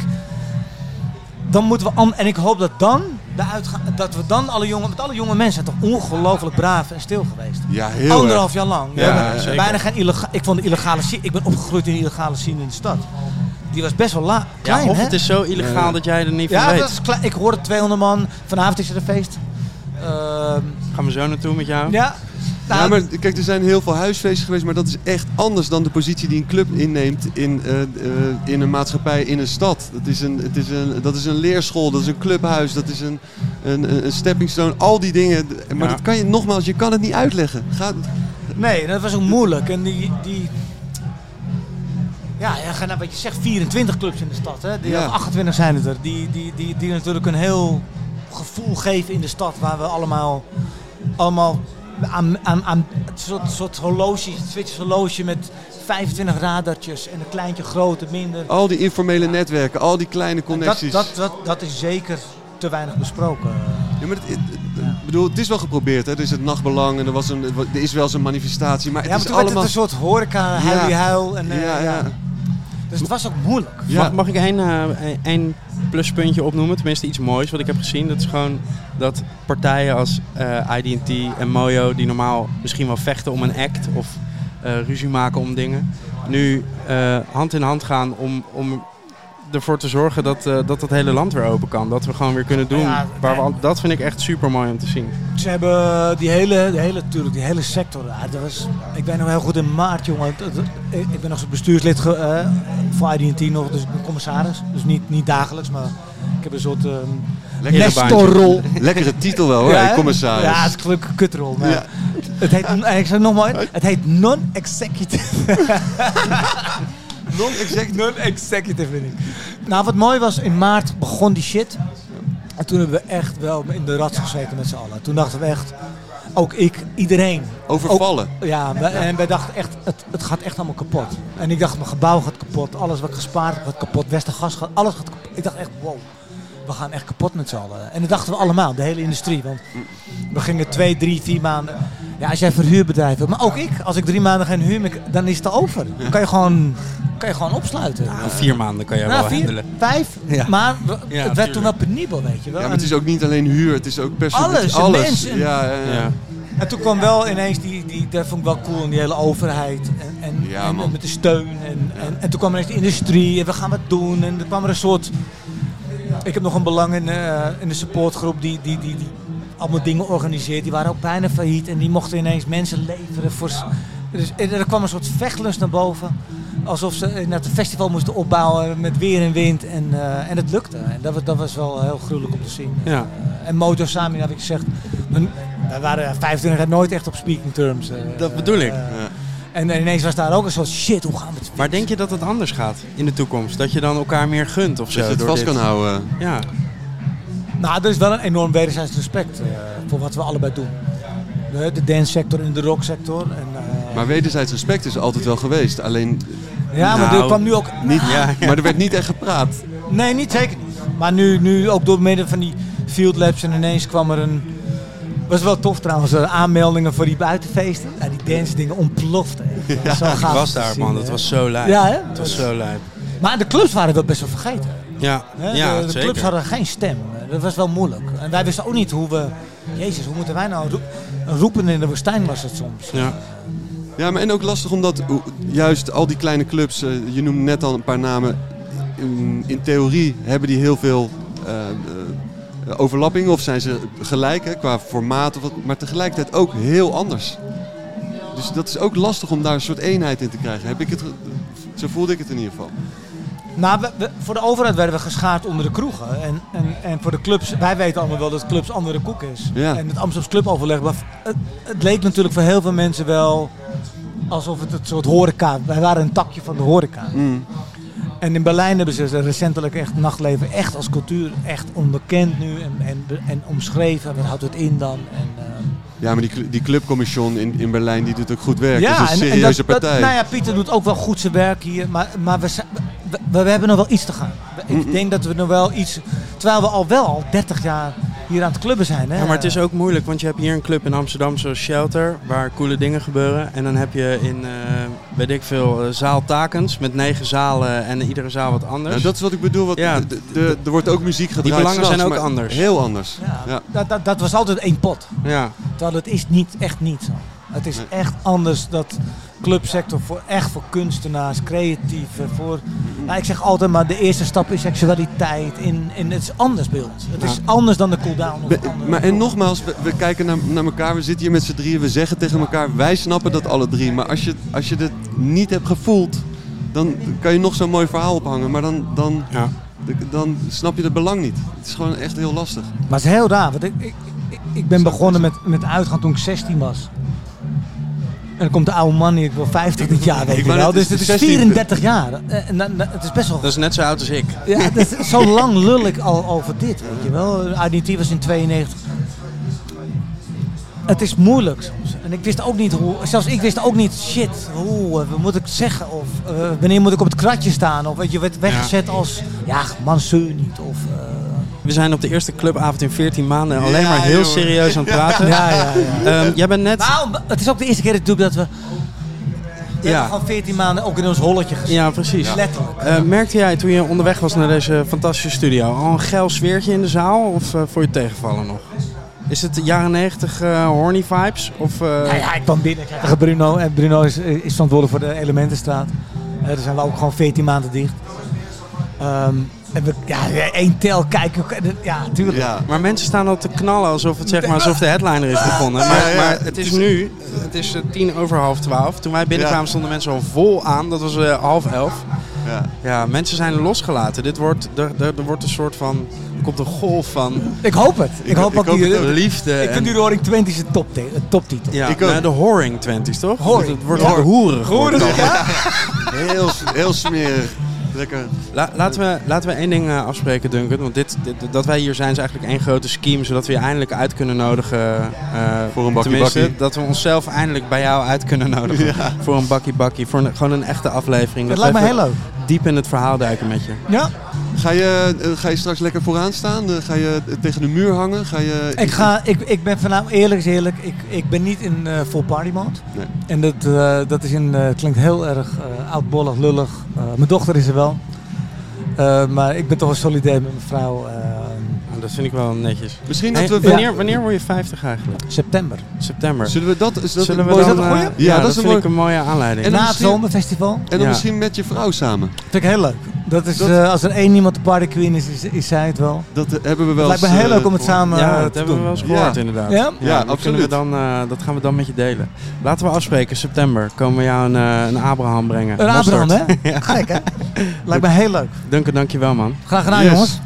[SPEAKER 4] Dan moeten we. an- En ik hoop dat dan. De uitga- dat we dan alle jongen. Want alle jonge mensen zijn toch ongelooflijk braaf en stil geweest.
[SPEAKER 2] ja, heel
[SPEAKER 4] Anderhalf
[SPEAKER 2] erg.
[SPEAKER 4] jaar lang. We
[SPEAKER 2] Ja,
[SPEAKER 4] hebben
[SPEAKER 3] zeker.
[SPEAKER 4] bijna geen illega- Ik vond de illegale scene. Ik ben opgegroeid in de illegale scene in de stad. Die was best wel la, klein.
[SPEAKER 3] of
[SPEAKER 4] hè?
[SPEAKER 3] het is zo illegaal
[SPEAKER 2] Ja.
[SPEAKER 3] dat jij er niet van
[SPEAKER 4] ja,
[SPEAKER 3] weet.
[SPEAKER 4] dat is klein. Ik hoorde 200 man. Vanavond is er een feest. Ehm,
[SPEAKER 3] Gaan we zo naartoe met jou?
[SPEAKER 4] ja. Nou,
[SPEAKER 2] Ja, maar kijk, er zijn heel veel huisfeesten geweest, maar dat is echt anders dan de positie die een club inneemt in, eh, eh, in een maatschappij, in een stad. Dat is een, het is een, dat is een leerschool, dat is een clubhuis, dat is een, een, een stepping stone, al die dingen. Maar
[SPEAKER 3] Ja.
[SPEAKER 2] dat kan je, nogmaals, je kan het niet uitleggen. Ga,
[SPEAKER 4] Nee, dat was ook moeilijk. En die. die ja, ja, ga naar wat je zegt, 24 clubs in de stad. Hè? Die,
[SPEAKER 2] Ja.
[SPEAKER 4] of 28 zijn het er. Die, die, die, die natuurlijk een heel gevoel geven in de stad. Waar we allemaal, allemaal aan, aan, aan het soort, soort horloge, het Zwitsers horloge met 25 radartjes. En een kleintje groter, minder.
[SPEAKER 2] al die informele netwerken, al die kleine
[SPEAKER 4] dat,
[SPEAKER 2] connecties.
[SPEAKER 4] dat, dat, dat is zeker te weinig besproken.
[SPEAKER 2] Ja, maar het, het- het- ik bedoel, het is wel geprobeerd. Hè? Er is het nachtbelang en er, was een, er is wel eens een manifestatie, maar het
[SPEAKER 4] ja, maar
[SPEAKER 2] is
[SPEAKER 4] toen werd
[SPEAKER 2] allemaal...
[SPEAKER 4] het een soort horeca, huilie huil. En, eh,
[SPEAKER 2] ja, ja.
[SPEAKER 4] Dus het was ook moeilijk.
[SPEAKER 2] Ja.
[SPEAKER 3] Mag, mag ik één, eh, één pluspuntje opnoemen? Tenminste iets moois wat ik heb gezien. Dat is gewoon dat partijen als eh IDT en Mojo... die normaal misschien wel vechten om een act of eh, ruzie maken om dingen... nu eh, hand in hand gaan om... om ervoor te zorgen dat, eh, dat het hele land weer open kan. Dat we gewoon weer kunnen doen.
[SPEAKER 4] Ja,
[SPEAKER 3] waar we, al- dat vind ik echt super mooi om te zien.
[SPEAKER 4] Ze hebben die hele, die hele, natuurlijk, die hele sector. ja, Dat was, ik ben nog heel goed in maart, jongen. Het- het- ik- Ik ben nog als bestuurslid ge, eh, voor IDT nog, dus ik ben commissaris. Dus niet, niet dagelijks, maar ik heb een soort ehm
[SPEAKER 3] Lekkere
[SPEAKER 4] nestorrol.
[SPEAKER 2] Lekkere titel wel hoor,
[SPEAKER 4] hè?
[SPEAKER 2] hey, commissaris.
[SPEAKER 4] Ja, het is gelukkig een kutrol. Maar
[SPEAKER 2] Ja.
[SPEAKER 4] het heet, en ik zeg het nog maar, het heet non-executive.
[SPEAKER 2] Non-executive.
[SPEAKER 4] non-executive vind ik. Nou, wat mooi was, in maart begon die shit. En toen hebben we echt wel in de rats gezeten met z'n allen. Toen dachten we echt, ook ik, iedereen.
[SPEAKER 2] Overvallen.
[SPEAKER 4] Ja, we- en wij dachten echt, het, het gaat echt allemaal kapot. En ik dacht, mijn gebouw gaat kapot, alles wat ik gespaard heb gaat kapot, Westergas gaat, alles gaat kapot. Ik dacht echt, wow, we gaan echt kapot met z'n allen. En dat dachten we allemaal, de hele industrie. Want we gingen twee, drie, vier maanden. Ja, als jij verhuurbedrijf hebt, maar ook ik, als ik drie maanden geen huur meer, k- dan is het over. Dan kan je gewoon, kan je gewoon opsluiten.
[SPEAKER 3] Nou, vier maanden kan jij
[SPEAKER 4] Nou,
[SPEAKER 3] wel
[SPEAKER 4] vier,
[SPEAKER 3] handelen.
[SPEAKER 4] vijf,
[SPEAKER 3] Ja.
[SPEAKER 4] maar we-
[SPEAKER 3] Ja,
[SPEAKER 4] het werd toen wel
[SPEAKER 3] tuurlijk.
[SPEAKER 4] penibel, weet je wel.
[SPEAKER 2] Ja, maar het is ook niet alleen huur, het is ook personeel.
[SPEAKER 4] Alles, en
[SPEAKER 2] alles.
[SPEAKER 4] mensen.
[SPEAKER 2] Ja, ja, ja.
[SPEAKER 3] Ja.
[SPEAKER 4] En toen kwam wel ineens die, die dat vond ik wel cool, en die hele overheid. En, en,
[SPEAKER 2] Ja,
[SPEAKER 4] en
[SPEAKER 2] man.
[SPEAKER 4] met de steun. En, en, en toen kwam ineens de industrie en we gaan wat doen. En er kwam er een soort. Ik heb nog een belang in, eh, in de supportgroep die, die, die, die allemaal dingen organiseert. Die waren ook bijna failliet en die mochten ineens mensen leveren. Voor, s- dus er er kwam een soort vechtlust naar boven. Alsof ze eh, naar het festival moesten opbouwen met weer en wind. En, eh, en het lukte. En dat, was- dat was wel heel gruwelijk om te zien. Eh,
[SPEAKER 3] Ja.
[SPEAKER 4] En Motor Sami had ik gezegd. we- Wij waren 25 jaar nooit echt op speaking terms. eh,
[SPEAKER 3] Dat bedoel ik.
[SPEAKER 4] eh,
[SPEAKER 2] Ja.
[SPEAKER 4] En ineens was daar ook een soort shit, hoe gaan we het
[SPEAKER 3] Maar denk je dat het anders gaat in de toekomst? Dat je dan elkaar meer gunt of zo?
[SPEAKER 2] Dat je het
[SPEAKER 3] door
[SPEAKER 2] vast
[SPEAKER 3] dit?
[SPEAKER 2] kan houden.
[SPEAKER 3] Ja.
[SPEAKER 4] Nou, er is wel een enorm wederzijds respect eh, voor wat we allebei doen. De, de dance sector en de rock sector. En, eh,
[SPEAKER 2] Maar wederzijds respect is altijd wel geweest. Alleen,
[SPEAKER 4] ja, maar
[SPEAKER 3] nou,
[SPEAKER 4] er kwam nu ook...
[SPEAKER 2] niet,
[SPEAKER 3] Ja, ja.
[SPEAKER 2] maar er werd niet echt gepraat.
[SPEAKER 4] eh, Nee, niet zeker niet. Maar nu, nu ook door middel van die field labs en ineens kwam er een, Was wel tof trouwens, de aanmeldingen voor die buitenfeesten. Ja, die dance dingen ontplofte. echt. Zo gaaf
[SPEAKER 3] Ik
[SPEAKER 4] om
[SPEAKER 3] was
[SPEAKER 4] te
[SPEAKER 3] daar,
[SPEAKER 4] zien,
[SPEAKER 3] man.
[SPEAKER 4] hè.
[SPEAKER 3] Dat was zo lijp.
[SPEAKER 4] Ja, hè?
[SPEAKER 3] Het was zo lijp.
[SPEAKER 4] Maar de clubs waren dat best wel vergeten.
[SPEAKER 3] Ja,
[SPEAKER 4] Hè?
[SPEAKER 3] ja
[SPEAKER 4] de, de
[SPEAKER 3] zeker.
[SPEAKER 4] clubs hadden geen stem. Dat was wel moeilijk. En wij wisten ook niet hoe we... Jezus, hoe moeten wij nou... roep- een roepen in de woestijn was het soms.
[SPEAKER 3] Ja.
[SPEAKER 2] Ja, maar en ook lastig omdat o- juist al die kleine clubs, eh, je noemt net al een paar namen, in, in theorie hebben die heel veel eh, eh, overlappingen of zijn ze gelijk hè, qua formaat, of wat, maar tegelijkertijd ook heel anders. Dus dat is ook lastig om daar een soort eenheid in te krijgen. Heb ik het, ge- zo voelde ik het in ieder geval.
[SPEAKER 4] Nou, we- we- voor de overheid werden we geschaard onder de kroegen. En, en, en voor de clubs, wij weten allemaal wel dat clubs andere koek is.
[SPEAKER 2] Ja.
[SPEAKER 4] En het Amsterdamse cluboverleg, maar het, het leek natuurlijk voor heel veel mensen wel alsof het een soort horeca... Wij waren een takje van de horeca.
[SPEAKER 2] Mm.
[SPEAKER 4] En in Berlijn hebben ze recentelijk echt nachtleven echt als cultuur echt onbekend nu en, en, en omschreven. Wat houdt het in dan? En, eh,
[SPEAKER 2] Ja, maar die, cl- die clubcommission in, in Berlijn die doet ook goed werk. dat is een
[SPEAKER 4] en- en
[SPEAKER 2] serieuze
[SPEAKER 4] dat- dat-
[SPEAKER 2] partij.
[SPEAKER 4] nou ja, Pieter doet ook wel goed zijn werk hier, maar, maar we, zijn- we, we- we hebben nog wel iets te gaan. We- Ik
[SPEAKER 2] Mm-mm.
[SPEAKER 4] denk dat we nog wel iets, terwijl we al wel al 30 jaar hier aan het clubben zijn. Hè?
[SPEAKER 3] Ja, maar het is ook moeilijk, want je hebt hier een club in Amsterdam zoals Shelter, waar coole dingen gebeuren. En dan heb je in, eh, weet ik veel, eh, zaaltakens met negen zalen en iedere zaal wat anders.
[SPEAKER 2] Ja, Nou, dat is wat ik bedoel. Wat,
[SPEAKER 3] Ja.
[SPEAKER 2] de- de- de- er wordt ook muziek gedraaid.
[SPEAKER 3] belangen
[SPEAKER 2] s'nachts,
[SPEAKER 3] zijn ook
[SPEAKER 2] maar
[SPEAKER 3] anders.
[SPEAKER 2] Heel anders.
[SPEAKER 4] Ja,
[SPEAKER 2] Ja.
[SPEAKER 4] Dat, dat, dat was altijd één pot,
[SPEAKER 3] Ja,
[SPEAKER 4] terwijl het is niet, echt niet zo. Het is
[SPEAKER 2] Nee.
[SPEAKER 4] echt anders dat clubsector voor, echt voor kunstenaars, creatieven, voor... Nou, ik zeg altijd maar de eerste stap is seksualiteit. In, in, het is anders bij ons. Het
[SPEAKER 3] Ja.
[SPEAKER 4] is anders dan de cooldown. of
[SPEAKER 2] Be-
[SPEAKER 4] andere-
[SPEAKER 2] maar en nogmaals, we, we kijken naar, naar elkaar, we zitten hier met z'n drieën, we zeggen tegen elkaar, wij snappen dat alle drie. Maar als je, als je dit niet hebt gevoeld, dan kan je nog zo'n mooi verhaal ophangen, maar dan, dan,
[SPEAKER 3] ja.
[SPEAKER 2] dan snap je het belang niet. Het is gewoon echt heel lastig.
[SPEAKER 4] Maar het is heel raar, want ik, ik, ik, ik ben begonnen met, met uitgaan toen ik 16 was. En dan komt de oude man hier, ik wil 50 dit jaar, weet
[SPEAKER 2] Ik
[SPEAKER 4] je
[SPEAKER 2] wou
[SPEAKER 4] wel.
[SPEAKER 2] net-
[SPEAKER 4] Dus
[SPEAKER 2] het
[SPEAKER 4] het
[SPEAKER 2] is
[SPEAKER 4] is
[SPEAKER 2] 16e.
[SPEAKER 4] 34 jaar. Eh, en dan- dan- het is best wel...
[SPEAKER 3] dat is net zo oud als ik.
[SPEAKER 4] Ja, het is, zo lang lul ik al over dit, weet je wel. IDT was in 92. Het is moeilijk soms. En ik wist ook niet hoe... Zelfs ik wist ook niet, shit, hoe eh, wat moet ik zeggen? Of eh, wanneer moet ik op het kratje staan? Of weet je werd weggezet als, ja, manseur niet. Of, eh,
[SPEAKER 3] We zijn op de eerste clubavond in 14 maanden alleen
[SPEAKER 2] Ja,
[SPEAKER 3] maar heel
[SPEAKER 2] jongen.
[SPEAKER 3] serieus aan het praten.
[SPEAKER 4] ja, ja, ja.
[SPEAKER 3] Ehm, jij bent net...
[SPEAKER 4] Nou, het is ook de eerste keer natuurlijk dat we, we
[SPEAKER 3] Ja.
[SPEAKER 4] hebben gewoon 14 maanden ook in ons holletje gezeten.
[SPEAKER 3] Ja, precies.
[SPEAKER 4] Letterlijk.
[SPEAKER 3] Eh, merkte jij toen je onderweg was naar deze fantastische studio al een geil sfeertje in de zaal of eh voor je het tegenvallen nog? Is het jaren 90 eh, horny vibes? Of, eh,
[SPEAKER 4] Nou ja, ik kwam binnen ik kreeg tegen Bruno en Bruno is, is verantwoordelijk voor de Elementenstraat. Eh, daar zijn we ook gewoon 14 maanden dicht. Ehm, en we, ja, één tel kijken. Ja, tuurlijk.
[SPEAKER 2] Ja.
[SPEAKER 3] Maar mensen staan al te knallen alsof, het, zeg maar, alsof de headliner is begonnen. Maar,
[SPEAKER 2] Ja, ja.
[SPEAKER 3] maar het is nu, het is eh, tien over half twaalf. Toen wij binnenkwamen
[SPEAKER 2] Ja.
[SPEAKER 3] stonden mensen al vol aan. Dat was eh, half elf.
[SPEAKER 2] Ja.
[SPEAKER 3] Ja, mensen zijn losgelaten. Dit wordt, er, er, er wordt een soort van, er komt een golf van
[SPEAKER 4] Ik hoop het. Ik, hoop
[SPEAKER 2] ik
[SPEAKER 4] ook
[SPEAKER 2] hoop
[SPEAKER 4] die,
[SPEAKER 2] het ook.
[SPEAKER 3] liefde.
[SPEAKER 4] Ik
[SPEAKER 3] en-
[SPEAKER 4] vind nu de Horing 20 zijn topte- een toptitel.
[SPEAKER 3] ja,
[SPEAKER 2] Ik ook.
[SPEAKER 3] nou, de Horing Twenties, toch?
[SPEAKER 4] Horing.
[SPEAKER 3] Het wordt
[SPEAKER 4] Ja.
[SPEAKER 3] hoerig.
[SPEAKER 4] Hoor je dat? Ja?
[SPEAKER 2] Heel, heel smerig. Lekker.
[SPEAKER 3] La- laten, we, laten we één ding eh, afspreken, Duncan. Want dit, dit- dat wij hier zijn is eigenlijk één grote scheme. Zodat we je eindelijk uit kunnen nodigen. eh,
[SPEAKER 2] Voor een bakkie
[SPEAKER 3] tenminste,
[SPEAKER 2] bakkie.
[SPEAKER 3] dat we onszelf eindelijk bij jou uit kunnen nodigen. Voor een bakkie bakkie. Voor een- gewoon een echte aflevering.
[SPEAKER 4] Dat
[SPEAKER 3] we
[SPEAKER 4] lijkt me
[SPEAKER 3] even
[SPEAKER 4] heel leuk.
[SPEAKER 3] Diep in het verhaal duiken met je.
[SPEAKER 4] Ja?
[SPEAKER 2] Ga je, eh, ga je straks lekker vooraan staan? Eh, Ga je eh, tegen de muur hangen? Ga je...
[SPEAKER 4] Ik, ga, ik, ik ben vanavond, eerlijk is eerlijk, ik, ik ben niet in eh full party mode.
[SPEAKER 2] Nee.
[SPEAKER 4] En dat, eh, dat is in, eh, klinkt heel erg eh oudbollig, lullig. Eh, mijn dochter is er wel. Eh, maar ik ben toch wel solidair met mijn vrouw. eh,
[SPEAKER 3] Nou, dat vind ik wel netjes.
[SPEAKER 2] Misschien dat
[SPEAKER 3] Hey,
[SPEAKER 2] we...
[SPEAKER 3] wanneer, wanneer word je 50 eigenlijk?
[SPEAKER 4] september.
[SPEAKER 3] September.
[SPEAKER 2] Zullen we dat... Is dat
[SPEAKER 3] Zullen
[SPEAKER 2] een
[SPEAKER 3] we
[SPEAKER 2] mooi-
[SPEAKER 4] dan, eh,
[SPEAKER 2] Ja, dat, is een
[SPEAKER 3] vind
[SPEAKER 2] mooi...
[SPEAKER 3] ik een mooie aanleiding.
[SPEAKER 2] En
[SPEAKER 4] Na
[SPEAKER 2] dan
[SPEAKER 4] het
[SPEAKER 2] misschien-
[SPEAKER 4] zomerfestival.
[SPEAKER 2] En dan
[SPEAKER 3] Ja.
[SPEAKER 2] misschien met je vrouw samen.
[SPEAKER 4] Vind ik heel leuk. Dat is,
[SPEAKER 2] Dat-
[SPEAKER 4] eh, als er één iemand de party queen is, is, is zij het wel.
[SPEAKER 2] Dat eh, hebben we wel
[SPEAKER 4] Het lijkt me
[SPEAKER 2] eens,
[SPEAKER 4] heel
[SPEAKER 2] eh,
[SPEAKER 4] leuk om het
[SPEAKER 2] voor-
[SPEAKER 4] samen eh,
[SPEAKER 3] Ja, dat
[SPEAKER 4] te
[SPEAKER 3] hebben we
[SPEAKER 4] doen.
[SPEAKER 3] wel eens gehoord
[SPEAKER 2] Ja.
[SPEAKER 3] inderdaad.
[SPEAKER 4] Ja?
[SPEAKER 2] Ja,
[SPEAKER 3] dat
[SPEAKER 2] absoluut.
[SPEAKER 3] kunnen We dan, eh, dat gaan we dan met je delen. Laten we afspreken, september komen we jou een, eh, een Abraham brengen.
[SPEAKER 4] Een Abraham,
[SPEAKER 3] Mosterd.
[SPEAKER 4] hè? Gek, hè? Lijkt me heel leuk.
[SPEAKER 3] Duncan, dankjewel man.
[SPEAKER 4] Graag gedaan,
[SPEAKER 2] Yes.
[SPEAKER 4] jongens.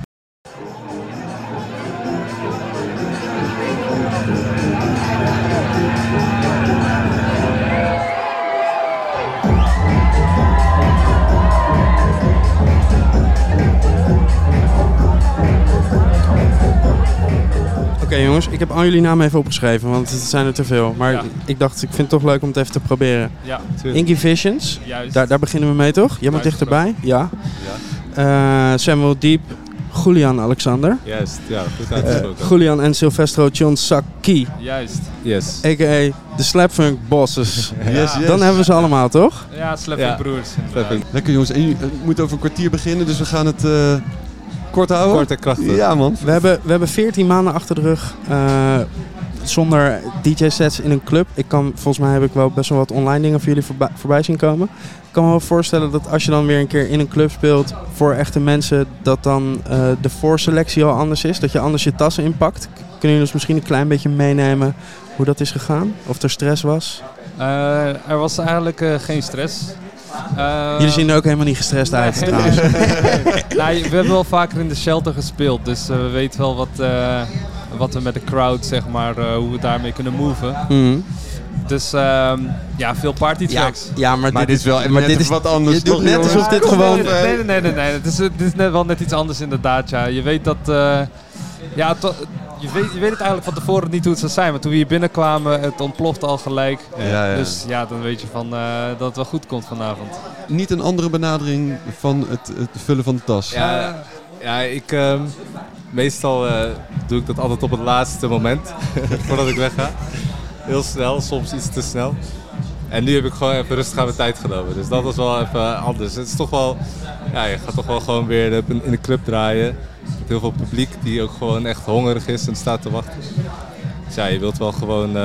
[SPEAKER 3] Oké jongens, ik heb al jullie namen even opgeschreven, want het zijn er te veel. Maar
[SPEAKER 5] Ja.
[SPEAKER 3] ik dacht, ik vind het toch leuk om het even te proberen.
[SPEAKER 5] Ja,
[SPEAKER 3] Inky Visions,
[SPEAKER 5] juist.
[SPEAKER 3] daar, daar beginnen we mee toch? Jij moet
[SPEAKER 5] Juist,
[SPEAKER 3] dichterbij, ja. Eh, Samuel Deep, Julian Alexander.
[SPEAKER 5] Juist, ja, goed
[SPEAKER 3] Eh,
[SPEAKER 5] uitgesproken.
[SPEAKER 3] Julian en Silvestro Chonsaki,
[SPEAKER 5] Juist, yes.
[SPEAKER 3] a.k.a. de Slapfunk Bosses.
[SPEAKER 2] Yes, yes.
[SPEAKER 3] Dan hebben we ze allemaal, toch?
[SPEAKER 6] Ja, Slap
[SPEAKER 5] Ja.
[SPEAKER 6] Broers.
[SPEAKER 5] Even
[SPEAKER 2] Lekker jongens, en je- het moet over een kwartier beginnen, dus we gaan het eh, kort houden.
[SPEAKER 5] Kort en krachtig.
[SPEAKER 2] Ja man.
[SPEAKER 3] We hebben, we hebben 14 maanden achter de rug eh, zonder DJ-sets in een club. Ik kan, volgens mij heb ik wel best wel wat online dingen voor jullie voorbij, voorbij zien komen. Ik kan me wel voorstellen dat als je dan weer een keer in een club speelt voor echte mensen, dat dan eh, de voorselectie al anders is. Dat je anders je tassen inpakt. Kunnen jullie ons misschien een klein beetje meenemen hoe dat is gegaan? Of er stress was?
[SPEAKER 6] Eh, er was eigenlijk eh, geen stress. Eh,
[SPEAKER 3] jullie zien er ook helemaal niet gestrest uit
[SPEAKER 6] nee.
[SPEAKER 3] trouwens.
[SPEAKER 6] Nou, we hebben wel vaker in de shelter gespeeld, dus eh, we weten wel wat, eh, wat we met de crowd, zeg maar, eh, hoe we daarmee kunnen moven.
[SPEAKER 3] Mhm.
[SPEAKER 6] Dus ehm, ja, veel party
[SPEAKER 3] Ja,
[SPEAKER 6] tracks.
[SPEAKER 3] ja, maar,
[SPEAKER 2] Maar dit is wel
[SPEAKER 3] maar
[SPEAKER 2] net
[SPEAKER 3] dit is-
[SPEAKER 2] wat anders.
[SPEAKER 3] je doet
[SPEAKER 2] toch,
[SPEAKER 3] net
[SPEAKER 2] jongens?
[SPEAKER 3] alsof dit
[SPEAKER 2] Kom
[SPEAKER 3] gewoon-
[SPEAKER 2] op, hè.
[SPEAKER 6] Nee, nee, nee, nee. nee. Het, is, het is net wel net iets anders inderdaad, ja. Je weet dat... eh, ja, to- je, weet, je weet het eigenlijk van tevoren niet hoe het zou zijn. Maar toen we hier binnenkwamen, het ontplofte al gelijk.
[SPEAKER 2] Ja, ja.
[SPEAKER 6] Dus ja, dan weet je van, eh, dat het wel goed komt vanavond.
[SPEAKER 2] Niet een andere benadering van het, het vullen van de tas.
[SPEAKER 5] Ja, ja ik, ehm, meestal eh, doe ik dat altijd op het laatste moment, voordat ik wegga. Heel snel, soms iets te snel. En nu heb ik gewoon even rustig aan mijn tijd genomen. Dus dat was wel even anders. Het is toch wel, ja, je gaat toch wel gewoon weer op een- in de club draaien. Met heel veel publiek die ook gewoon echt hongerig is en staat te wachten. Dus ja, je wilt wel gewoon... eh,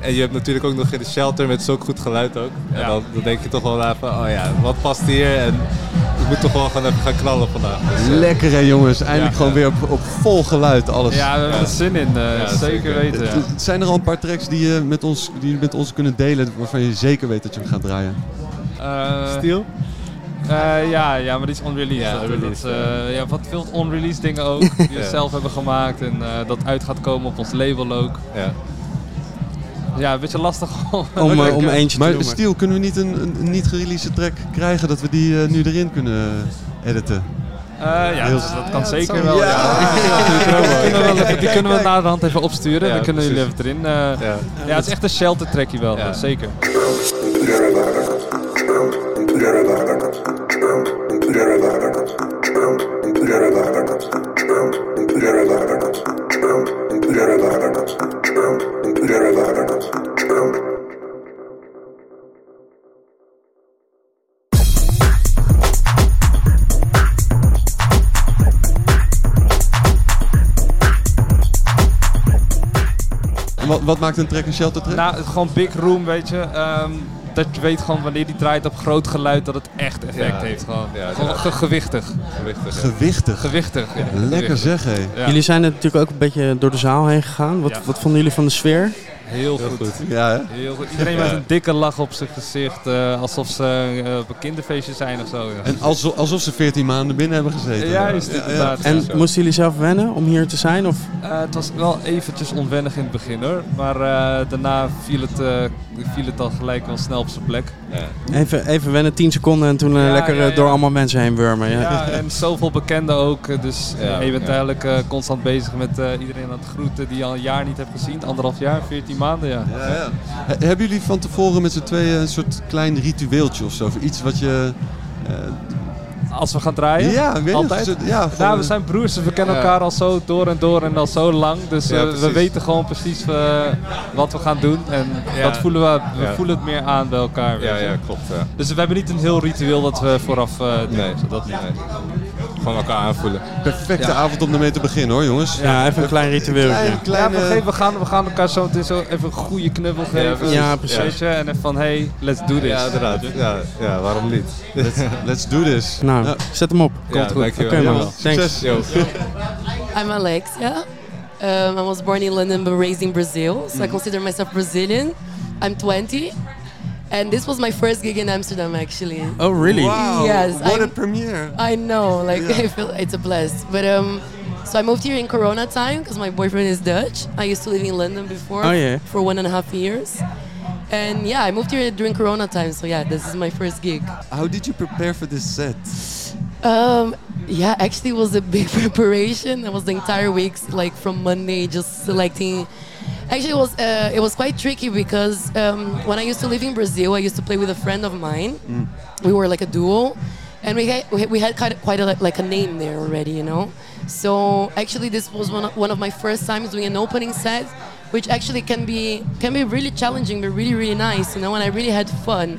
[SPEAKER 5] en je hebt natuurlijk ook nog in de shelter met zulk goed geluid ook. En
[SPEAKER 6] Ja.
[SPEAKER 5] dan, dan denk je toch wel even, oh ja, wat past hier? En ik moet toch wel gewoon even gaan knallen vandaag. Dus, eh,
[SPEAKER 2] Lekker hè jongens, eindelijk
[SPEAKER 5] Ja.
[SPEAKER 2] gewoon weer op, op vol geluid alles.
[SPEAKER 6] Ja, we hebben er zin in. eh,
[SPEAKER 5] Ja,
[SPEAKER 6] zeker
[SPEAKER 5] zeker.
[SPEAKER 6] weten, ja.
[SPEAKER 2] Het- het Zijn er al een paar tracks die je, met ons, die je met ons kunnen delen waarvan je zeker weet dat je hem gaat draaien?
[SPEAKER 6] Eh,
[SPEAKER 5] Stiel?
[SPEAKER 6] eh, ja, ja, maar die is unreleased.
[SPEAKER 5] Ja,
[SPEAKER 6] Dat- dat-
[SPEAKER 5] unreleased,
[SPEAKER 6] dat, eh, ja, wat veel unreleased dingen ook, die we
[SPEAKER 5] Ja.
[SPEAKER 6] zelf hebben gemaakt. En eh, dat uit gaat komen op ons label ook.
[SPEAKER 5] Ja.
[SPEAKER 6] Ja, een beetje lastig om...
[SPEAKER 3] om, eh, om eentje te
[SPEAKER 2] Maar
[SPEAKER 3] noemen.
[SPEAKER 2] Stiel, kunnen we niet een, een een niet gereleased track krijgen dat we die eh, nu erin kunnen editen?
[SPEAKER 6] Eh, ja,
[SPEAKER 2] Heel-
[SPEAKER 6] dat, dat kan zeker wel. Ja. Die kunnen we wel even- Die kunnen we na de hand even opsturen.
[SPEAKER 5] Ja,
[SPEAKER 6] dan kunnen jullie even
[SPEAKER 5] precies.
[SPEAKER 6] erin. eh, ja.
[SPEAKER 5] Ja.
[SPEAKER 6] het is echt een shelter trackie wel.
[SPEAKER 5] Ja.
[SPEAKER 6] Zeker.
[SPEAKER 2] En wat, wat maakt een track een shelter track?
[SPEAKER 6] Nou, het- gewoon big room, weet je. ehm, dat je weet gewoon wanneer die draait op groot geluid, dat het echt effect
[SPEAKER 5] Ja.
[SPEAKER 6] heeft. Gewoon,
[SPEAKER 5] Ja,
[SPEAKER 6] gewoon
[SPEAKER 5] ja.
[SPEAKER 6] ge- gewichtig.
[SPEAKER 5] Gewichtig. ja.
[SPEAKER 2] Gewichtig.
[SPEAKER 6] Gewichtig. ja.
[SPEAKER 2] Lekker
[SPEAKER 6] Gewichtig.
[SPEAKER 2] zeg hé.
[SPEAKER 6] Ja.
[SPEAKER 3] Jullie zijn er natuurlijk ook een beetje door de zaal heen gegaan. Wat,
[SPEAKER 6] Ja.
[SPEAKER 3] wat vonden jullie van de sfeer?
[SPEAKER 6] Heel
[SPEAKER 5] Heel
[SPEAKER 6] goed.
[SPEAKER 5] goed.
[SPEAKER 2] Ja, hè?
[SPEAKER 6] Heel goed. Iedereen met een dikke lach op zijn gezicht, eh, alsof ze eh, op een kinderfeestje zijn of zo. Ja.
[SPEAKER 2] En alsof, alsof ze 14 maanden binnen hebben gezeten.
[SPEAKER 6] Ja, juist, inderdaad.
[SPEAKER 3] En
[SPEAKER 5] zo.
[SPEAKER 3] moesten jullie zelf wennen om hier te zijn? Of
[SPEAKER 6] Eh, het was wel eventjes onwennig in het begin hoor, maar eh, daarna viel het, eh, viel het al gelijk wel snel op zijn plek.
[SPEAKER 5] Ja.
[SPEAKER 3] even, even wennen, 10 seconden en toen eh,
[SPEAKER 6] Ja,
[SPEAKER 3] lekker
[SPEAKER 6] ja,
[SPEAKER 3] eh,
[SPEAKER 6] ja.
[SPEAKER 3] door allemaal mensen heen wurmen. Ja.
[SPEAKER 6] Ja, en zoveel bekenden ook, eh, dus eh,
[SPEAKER 5] Ja,
[SPEAKER 6] je bent
[SPEAKER 5] ja.
[SPEAKER 6] eigenlijk eh, constant bezig met eh, iedereen aan het groeten die je al een jaar niet hebt gezien, anderhalf jaar, veertien maanden ja.
[SPEAKER 2] Ja, ja. He- Hebben jullie van tevoren met z'n tweeën een soort klein ritueeltje of zo? Of iets wat je... eh,
[SPEAKER 6] Als we gaan draaien,
[SPEAKER 2] ja, weet je,
[SPEAKER 6] altijd.
[SPEAKER 2] zo- Ja, gewoon,
[SPEAKER 6] Nou, we zijn broers, dus we kennen
[SPEAKER 5] Ja.
[SPEAKER 6] elkaar al zo door en door en al zo lang. Dus
[SPEAKER 5] Ja,
[SPEAKER 6] eh, we
[SPEAKER 5] precies.
[SPEAKER 6] weten gewoon precies eh, wat we gaan doen. En
[SPEAKER 5] Ja.
[SPEAKER 6] dat voelen we, we
[SPEAKER 5] Ja.
[SPEAKER 6] voelen het meer aan bij elkaar.
[SPEAKER 5] Ja,
[SPEAKER 6] weet je.
[SPEAKER 5] ja, klopt. Ja.
[SPEAKER 6] Dus we hebben niet een heel ritueel dat we vooraf eh, doen.
[SPEAKER 5] Nee, dat niet. nee. Gewoon elkaar aanvoelen.
[SPEAKER 2] perfecte avond om ermee te beginnen hoor jongens.
[SPEAKER 3] Ja, even een klein ritueeltje.
[SPEAKER 2] Klein,
[SPEAKER 6] Ja, op
[SPEAKER 2] kleine...
[SPEAKER 6] een gegeven moment we gaan we gaan elkaar zo, meteen zo even een goede knuffel geven.
[SPEAKER 5] precies.
[SPEAKER 3] Ja, precies.
[SPEAKER 6] Weet je, En even van, hey, let's do this.
[SPEAKER 5] Ja, inderdaad. Ja, ja waarom niet?
[SPEAKER 2] Let's do this.
[SPEAKER 3] Nou,
[SPEAKER 2] Ja.
[SPEAKER 3] zet hem op.
[SPEAKER 5] ja,
[SPEAKER 6] goed.
[SPEAKER 5] dankjewel.
[SPEAKER 3] Oké, man.
[SPEAKER 5] Ja,
[SPEAKER 3] Thanks.
[SPEAKER 5] Yo.
[SPEAKER 7] I'm Alexia. Um, I was born in London but raised in Brazil,
[SPEAKER 3] Mm.
[SPEAKER 7] so I consider myself Brazilian. I'm 20, and this was my first gig in Amsterdam actually.
[SPEAKER 3] Oh, really?
[SPEAKER 2] Wow,
[SPEAKER 7] Yes,
[SPEAKER 2] what a
[SPEAKER 7] I'm-
[SPEAKER 2] premiere.
[SPEAKER 7] I know, like
[SPEAKER 2] Yeah.
[SPEAKER 7] I feel it's a blast. But um, so I moved here in Corona time because my boyfriend is Dutch. I used to live in London before
[SPEAKER 3] Oh, yeah.
[SPEAKER 7] for one and a half years, and yeah, I moved here during Corona time. So yeah, this is my first gig.
[SPEAKER 2] How did you prepare for this set?
[SPEAKER 7] Um, yeah, actually, it was a big preparation. It was the entire week, like from Monday, just selecting. Actually, it was uh, it was quite tricky because um, when I used to live in Brazil, I used to play with a friend of mine. We were like a duo, and we had we- we had quite a- quite a, like a name there already, you know. So actually, this was one of, one of my first times doing an opening set, which actually can be can be really challenging, but really really nice, you know. And I really had fun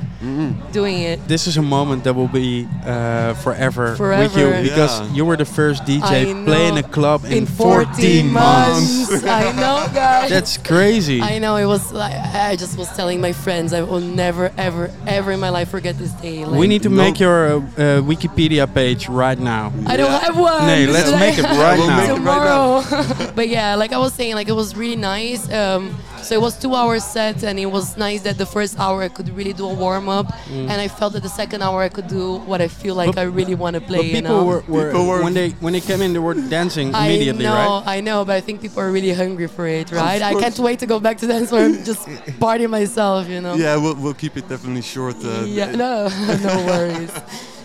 [SPEAKER 7] doing it.
[SPEAKER 3] This is a moment that will be uh, forever, with you
[SPEAKER 7] Forever.
[SPEAKER 3] because
[SPEAKER 2] Yeah.
[SPEAKER 3] you were the first
[SPEAKER 7] I
[SPEAKER 3] DJ
[SPEAKER 7] know.
[SPEAKER 3] playing a club in, 14, months.
[SPEAKER 7] months. I know, guys.
[SPEAKER 3] That's crazy.
[SPEAKER 7] I know it was like I just was telling my friends I will never ever ever in my life forget this day. Like,
[SPEAKER 3] we need to
[SPEAKER 2] No.
[SPEAKER 3] make your uh, uh, Wikipedia page right now.
[SPEAKER 7] I don't have one.
[SPEAKER 3] Nee, let's
[SPEAKER 7] Like-
[SPEAKER 3] make it right
[SPEAKER 2] We'll make
[SPEAKER 3] now.
[SPEAKER 2] it right
[SPEAKER 7] tomorrow.
[SPEAKER 2] now.
[SPEAKER 7] but yeah, like I was saying, like it was really nice. Um, so it was two hours set, and it was nice that the first hour I could really do a warm up, and I felt that the second hour I could do what I feel like
[SPEAKER 3] Mm. But-
[SPEAKER 7] I really want to
[SPEAKER 3] But
[SPEAKER 7] play. you know?
[SPEAKER 3] people were, were,
[SPEAKER 2] People were-
[SPEAKER 3] when they when they came in, they were dancing
[SPEAKER 7] I
[SPEAKER 3] immediately,
[SPEAKER 7] know,
[SPEAKER 3] right?
[SPEAKER 7] I know, but I think people are really hungry for it, right? I
[SPEAKER 2] course.
[SPEAKER 7] can't wait to go back to dance floor and just party myself, you know?
[SPEAKER 2] Yeah, we'll, we'll keep it definitely short. Uh,
[SPEAKER 7] yeah no, no worries.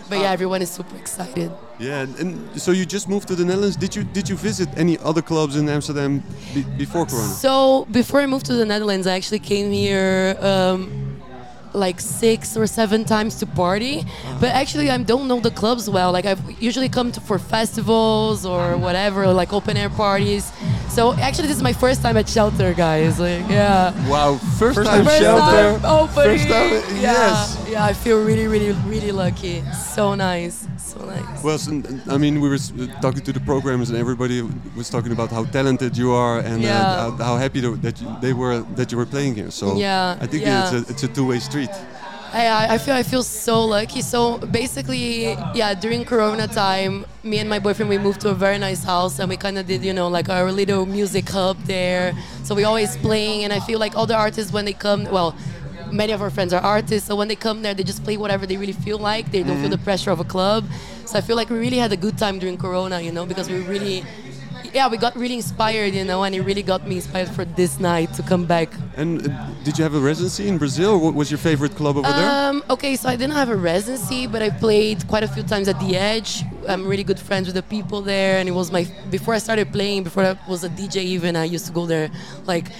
[SPEAKER 7] But yeah, everyone is super excited.
[SPEAKER 2] yeah, and- and so you just moved to the Netherlands. Did you did you visit any other clubs in Amsterdam be, before Corona?
[SPEAKER 7] So before I moved to the Netherlands, I actually came here um, like six or seven times to party. But actually, I don't know the clubs well. Like I've usually come to, for festivals or whatever, like open air parties. So actually, this is my first time at Shelter, guys. Like yeah.
[SPEAKER 2] Wow, first,
[SPEAKER 3] time
[SPEAKER 7] First
[SPEAKER 3] Shelter.
[SPEAKER 7] time opening.
[SPEAKER 2] First time, yes.
[SPEAKER 7] Yeah, yeah, I feel really, really, really lucky. So nice. So nice.
[SPEAKER 2] Well, so, I mean, we were s- uh, talking to the programmers, and everybody was talking about how talented you are and
[SPEAKER 7] Yeah.
[SPEAKER 2] uh, how, how happy tho- that you, they were that you were playing here. So
[SPEAKER 7] Yeah,
[SPEAKER 2] I think
[SPEAKER 7] yeah.
[SPEAKER 2] it's a, it's a two-way street.
[SPEAKER 7] I- I, I feel I feel so lucky. So basically, yeah, during Corona time, me and my boyfriend we moved to a very nice house, and we kind of did you know like our little music hub there. So we always playing, and I feel like all the artists when they come, well, many of our friends are artists, so when they come there, they just play whatever they really feel like. They don't feel the pressure of a club. So I feel like we really had a good time during Corona, you know, because we really. Yeah, we got really inspired, you know, and it really got me inspired for this night to come back
[SPEAKER 2] And uh, did you have a residency in Brazil? What was your favorite club over there?
[SPEAKER 7] Um, okay, so I didn't have a residency, but I played quite a few times at the Edge. I'm really good friends with the people there, and it was my before I started playing, before I was a DJ even, I used to go there. Like,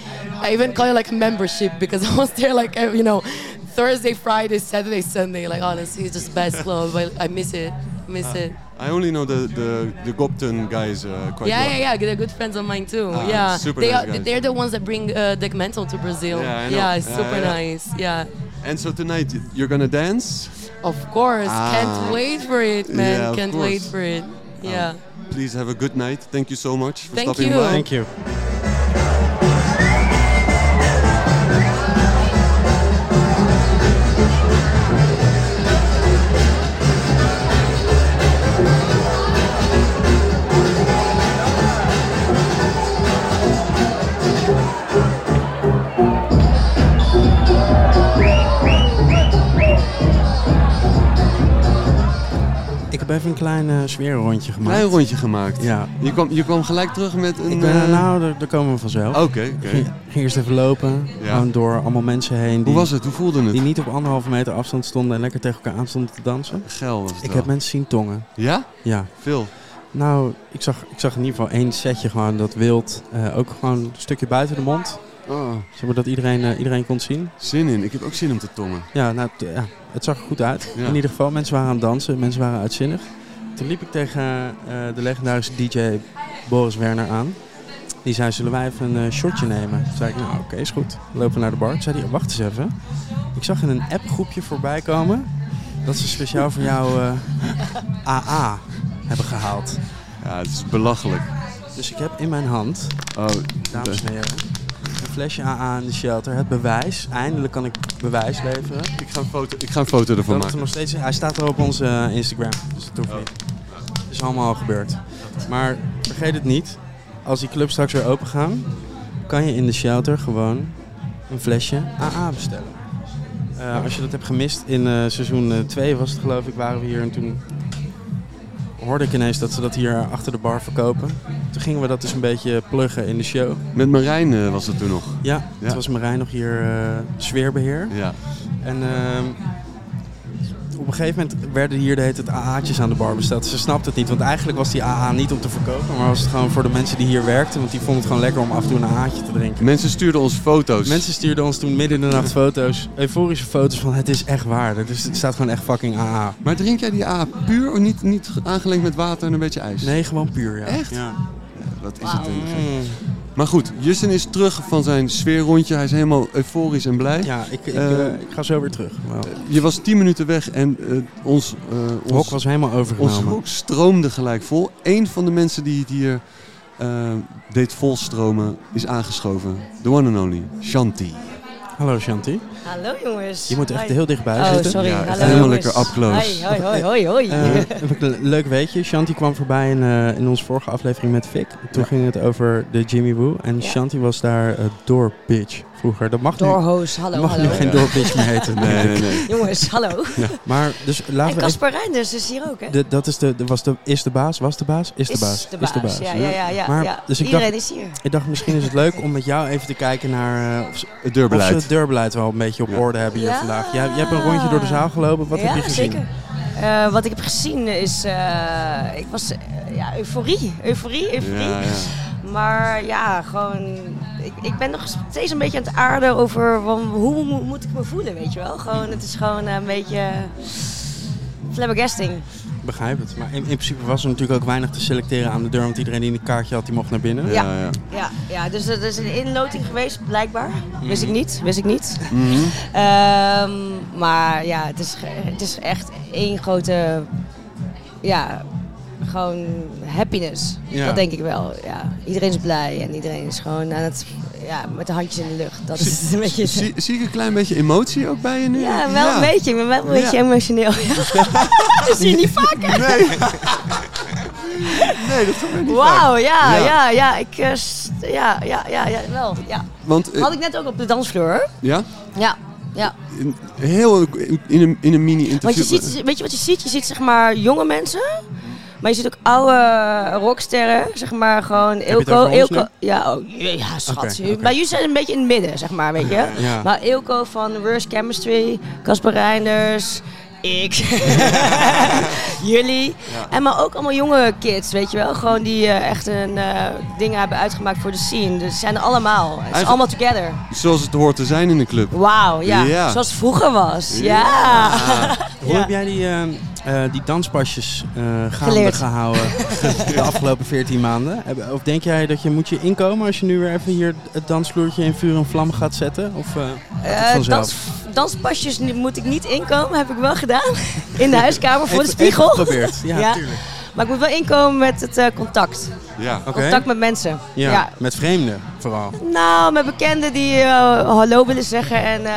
[SPEAKER 7] I even call it like a membership because I was there like every- you know Thursday, Friday, Saturday, Sunday. Like honestly, it's just best club. I, I miss it, miss
[SPEAKER 2] Uh,
[SPEAKER 7] it.
[SPEAKER 2] Ah. I only know the the, the Gopten guys uh, quite
[SPEAKER 7] Yeah,
[SPEAKER 2] well.
[SPEAKER 7] yeah, yeah. They're good friends of mine too.
[SPEAKER 2] Ah,
[SPEAKER 7] yeah,
[SPEAKER 2] super
[SPEAKER 7] they
[SPEAKER 2] nice
[SPEAKER 7] are,
[SPEAKER 2] guys.
[SPEAKER 7] they're the ones that bring uh, Deck Mental to Brazil.
[SPEAKER 2] Yeah, I know.
[SPEAKER 7] yeah, it's
[SPEAKER 2] Yeah,
[SPEAKER 7] super
[SPEAKER 2] yeah.
[SPEAKER 7] nice. Yeah.
[SPEAKER 2] And so tonight y- you're gonna dance.
[SPEAKER 7] Of course.
[SPEAKER 2] Ah.
[SPEAKER 7] Can't wait for it, man.
[SPEAKER 2] Yeah, of
[SPEAKER 7] Can't
[SPEAKER 2] course.
[SPEAKER 7] wait for it. Yeah.
[SPEAKER 2] Please have a good night. Thank you so much for
[SPEAKER 7] Thank
[SPEAKER 2] stopping
[SPEAKER 7] you.
[SPEAKER 2] by.
[SPEAKER 3] Thank you. Ik heb even een klein eh, sfeerrondje gemaakt.
[SPEAKER 2] Klein rondje gemaakt.
[SPEAKER 3] Ja.
[SPEAKER 2] Je kwam je kwam gelijk terug met een.
[SPEAKER 3] Ik ben,
[SPEAKER 2] eh,
[SPEAKER 3] nou, daar, daar komen we vanzelf.
[SPEAKER 2] Oké, oké.
[SPEAKER 3] Ging, ging eerst even lopen,
[SPEAKER 2] Ja.
[SPEAKER 3] gewoon door allemaal mensen heen die,
[SPEAKER 2] Hoe was het? Hoe voelde het?
[SPEAKER 3] die niet op anderhalve meter afstand stonden en lekker tegen elkaar aan stonden te dansen.
[SPEAKER 2] Geil was het
[SPEAKER 3] Ik
[SPEAKER 2] wel.
[SPEAKER 3] heb mensen zien tongen.
[SPEAKER 2] Ja?
[SPEAKER 3] Ja,
[SPEAKER 2] Veel.
[SPEAKER 3] nou, ik zag, ik zag in ieder geval één setje gewoon dat wild, eh, ook gewoon een stukje buiten de mond,
[SPEAKER 2] Oh,
[SPEAKER 3] zeg maar dat iedereen, eh, iedereen kon zien.
[SPEAKER 2] zin in. Ik heb ook zin om te tongen.
[SPEAKER 3] Ja, nou, t- ja, het zag er goed uit.
[SPEAKER 2] Ja.
[SPEAKER 3] In ieder geval, mensen waren aan het dansen, mensen waren uitzinnig. Toen liep ik tegen eh, de legendarische DJ Boris Werner aan. Die zei, zullen wij even een eh, shotje nemen? Toen zei ik, nou oké, is goed. We lopen naar de bar. Toen zei hij, wacht eens even. Ik zag in een appgroepje voorbij komen dat ze speciaal voor jou eh, AA hebben gehaald.
[SPEAKER 2] Ja, het is belachelijk.
[SPEAKER 3] Dus ik heb in mijn hand,
[SPEAKER 2] Oh,
[SPEAKER 3] dames en heren, een flesje AA in de shelter. Het bewijs, eindelijk kan ik bewijs leveren.
[SPEAKER 2] ik, ga een foto, ik ga een foto ervan
[SPEAKER 3] Dat het er
[SPEAKER 2] maken. Oh.
[SPEAKER 3] nog steeds, hij staat er op onze eh, Instagram, dus dat hoeft niet. Het is allemaal al gebeurd. Maar vergeet het niet, als die clubs straks weer open gaan, kan je in de shelter gewoon een flesje AA bestellen. Eh, als je dat hebt gemist, in eh, seizoen 2 was het geloof ik, waren we hier en toen hoorde ik ineens dat ze dat hier achter de bar verkopen. Toen gingen we dat dus een beetje pluggen in de show.
[SPEAKER 2] Met Marijn eh, was het toen nog.
[SPEAKER 3] Ja,
[SPEAKER 2] Ja.
[SPEAKER 3] het was Marijn nog hier eh, sfeerbeheer.
[SPEAKER 2] Ja.
[SPEAKER 3] En ehm, op een gegeven moment werden hier de heet het AA'tjes aan de bar besteld. Ze snapte het niet, want eigenlijk was die AA niet om te verkopen, maar was het gewoon voor de mensen die hier werkten, want die vonden het gewoon lekker om af en toe een AA'tje te drinken.
[SPEAKER 2] Mensen stuurden ons foto's.
[SPEAKER 3] Mensen stuurden ons toen midden in de nacht foto's, euforische foto's van het is echt waar. Er is- Het staat gewoon echt fucking AA.
[SPEAKER 2] Maar drink jij die A puur of niet, niet aangelengd met water en een beetje ijs?
[SPEAKER 3] Nee, gewoon puur, ja.
[SPEAKER 2] Echt?
[SPEAKER 3] Ja.
[SPEAKER 2] Wat is het?
[SPEAKER 8] Mm.
[SPEAKER 2] in de gek. Maar goed, Justin is terug van zijn sfeerrondje. Hij is helemaal euforisch en blij.
[SPEAKER 3] Ja, ik, ik,
[SPEAKER 2] Eh,
[SPEAKER 3] eh, ik ga zo weer terug. Wel.
[SPEAKER 2] Je was 10 minuten weg en eh, ons, eh,
[SPEAKER 3] Het
[SPEAKER 2] ons,
[SPEAKER 3] hok was helemaal
[SPEAKER 2] ons
[SPEAKER 3] overgenomen.
[SPEAKER 2] hok stroomde gelijk vol. Eén van de mensen die het hier eh, deed volstromen is aangeschoven. The one and only, Shanti.
[SPEAKER 3] Hallo Shanti.
[SPEAKER 8] Hallo jongens.
[SPEAKER 3] Je moet er echt
[SPEAKER 8] Hoi.
[SPEAKER 3] heel dichtbij
[SPEAKER 8] Oh,
[SPEAKER 3] zitten.
[SPEAKER 8] sorry.
[SPEAKER 2] Ja, echt
[SPEAKER 8] Hallo
[SPEAKER 2] helemaal
[SPEAKER 8] jongens.
[SPEAKER 2] lekker up close.
[SPEAKER 8] Hoi, hoi, hoi, hoi. hoi.
[SPEAKER 3] Eh, heb ik een leuk weetje. Shanti kwam voorbij in, eh, in onze vorige aflevering met Vic. Toen ging het over de Jimmy Woo. En
[SPEAKER 8] Ja.
[SPEAKER 3] Shanti was daar eh, door bitch vroeger. Dat mag nu,
[SPEAKER 8] Doorhoos, hallo,
[SPEAKER 3] dat mag
[SPEAKER 8] hallo.
[SPEAKER 3] nu geen door bitch meer heten.
[SPEAKER 2] Nee, nee, nee.
[SPEAKER 8] Jongens, hallo.
[SPEAKER 3] Maar dus
[SPEAKER 8] En
[SPEAKER 3] laten we even-
[SPEAKER 8] Casper Reinders is hier ook, hè?
[SPEAKER 3] de- dat is de, de- was de, is de baas, was de baas, is de baas.
[SPEAKER 8] de baas. Ja, ja, ja. ja,
[SPEAKER 3] Maar,
[SPEAKER 8] ja.
[SPEAKER 3] dus ik
[SPEAKER 8] Iedereen
[SPEAKER 3] dacht,
[SPEAKER 8] is hier.
[SPEAKER 3] ik dacht, misschien is het leuk om met jou even te kijken naar eh, of, ze-
[SPEAKER 2] Het
[SPEAKER 3] of ze het
[SPEAKER 2] deurbeleid.
[SPEAKER 3] deurbeleid wel een beetje op
[SPEAKER 2] Ja.
[SPEAKER 3] orde hebben hier
[SPEAKER 8] Ja.
[SPEAKER 3] vandaag. Jij, jij hebt een rondje door de zaal gelopen. Wat
[SPEAKER 8] ja,
[SPEAKER 3] heb je gezien?
[SPEAKER 8] Zeker. Eh, wat ik heb gezien is, eh, ik was, eh, ja, euforie, euforie, euforie.
[SPEAKER 2] Ja, ja.
[SPEAKER 8] Maar ja, gewoon, ik, ik ben nog steeds een beetje aan het aarden over van, hoe mo- moet ik me voelen, weet je wel. Gewoon, het is gewoon een beetje flabbergasting.
[SPEAKER 3] Begrijp het. Maar in, in principe was er natuurlijk ook weinig te selecteren aan de deur. Want iedereen die een kaartje had, die mocht naar binnen.
[SPEAKER 8] Ja.
[SPEAKER 2] ja.
[SPEAKER 8] Ja, ja, dus dat is een inloting geweest, blijkbaar. Wist ik niet, wist ik niet.
[SPEAKER 2] Mhm.
[SPEAKER 8] Ehm, maar ja, het is, ge- het is echt één grote, ja, gewoon happiness.
[SPEAKER 3] Ja.
[SPEAKER 8] Dat denk ik wel, ja. Iedereen is blij en iedereen is gewoon aan het, ja, met de handjes in de lucht. Dat is het een beetje...
[SPEAKER 2] Zie, zie ik een klein beetje emotie ook bij je nu?
[SPEAKER 8] Ja, wel een beetje. Ik ben wel een
[SPEAKER 2] Ja.
[SPEAKER 8] beetje emotioneel. dat zie je niet vaker.
[SPEAKER 2] Nee. nee, dat gebeurt niet vaak.
[SPEAKER 8] Wauw, ja,
[SPEAKER 2] Ja.
[SPEAKER 8] ja, ja. Ik, eh, s- ja, ja, ja, ja, wel, ja.
[SPEAKER 2] Want, eh,
[SPEAKER 8] Had ik net ook op de dansvloer, hoor.
[SPEAKER 2] ja?
[SPEAKER 8] Ja, ja.
[SPEAKER 2] In, heel in, in een, in een eh,
[SPEAKER 8] Want
[SPEAKER 2] mini-interview.
[SPEAKER 8] je ziet, weet je wat je ziet? Je ziet zeg maar jonge mensen, maar je ziet ook oude rocksterren, zeg maar gewoon
[SPEAKER 3] je het
[SPEAKER 8] Ilko.
[SPEAKER 3] over ons
[SPEAKER 8] Ilko ja, oh, ja, ja, schat.
[SPEAKER 3] Oké, oké.
[SPEAKER 8] Maar jullie zijn een beetje in het midden, zeg maar, weet je.
[SPEAKER 3] Ja.
[SPEAKER 8] Maar Ilko van Worst Chemistry, Casper Reinders, ik, jullie. En maar ook allemaal jonge kids, weet je wel. Gewoon die eh, echt een eh, dingen hebben uitgemaakt voor de scene. Dus ze zijn er allemaal. Het is
[SPEAKER 2] Eigenlijk-
[SPEAKER 8] allemaal together.
[SPEAKER 2] Zoals het hoort te zijn in een club.
[SPEAKER 8] Wauw, ja.
[SPEAKER 2] Ja.
[SPEAKER 8] Zoals het vroeger was. Ja.
[SPEAKER 3] Hoe
[SPEAKER 8] Ja.
[SPEAKER 3] heb jij die, eh, eh, die danspasjes eh, gaande
[SPEAKER 8] Geleerd.
[SPEAKER 3] gehouden de afgelopen 14 maanden? Heb- Of denk jij dat je moet je inkomen als je nu weer even hier het dansvloertje in vuur en vlam gaat zetten? Of, eh, gaat het
[SPEAKER 8] Eh,
[SPEAKER 3] vanzelf?
[SPEAKER 8] dans, danspasjes nu- moet ik niet inkomen, heb ik wel gedaan. In de huiskamer voor de
[SPEAKER 3] Even- even
[SPEAKER 8] spiegel.
[SPEAKER 3] geprobeerd. Ja,
[SPEAKER 8] Ja.
[SPEAKER 3] tuurlijk.
[SPEAKER 8] Maar ik moet wel inkomen met het eh, contact.
[SPEAKER 2] Ja.
[SPEAKER 3] Oké.
[SPEAKER 8] Contact met mensen.
[SPEAKER 3] Ja,
[SPEAKER 8] Ja.
[SPEAKER 3] met vreemden vooral.
[SPEAKER 8] Nou, met bekenden die eh, hallo willen zeggen en eh,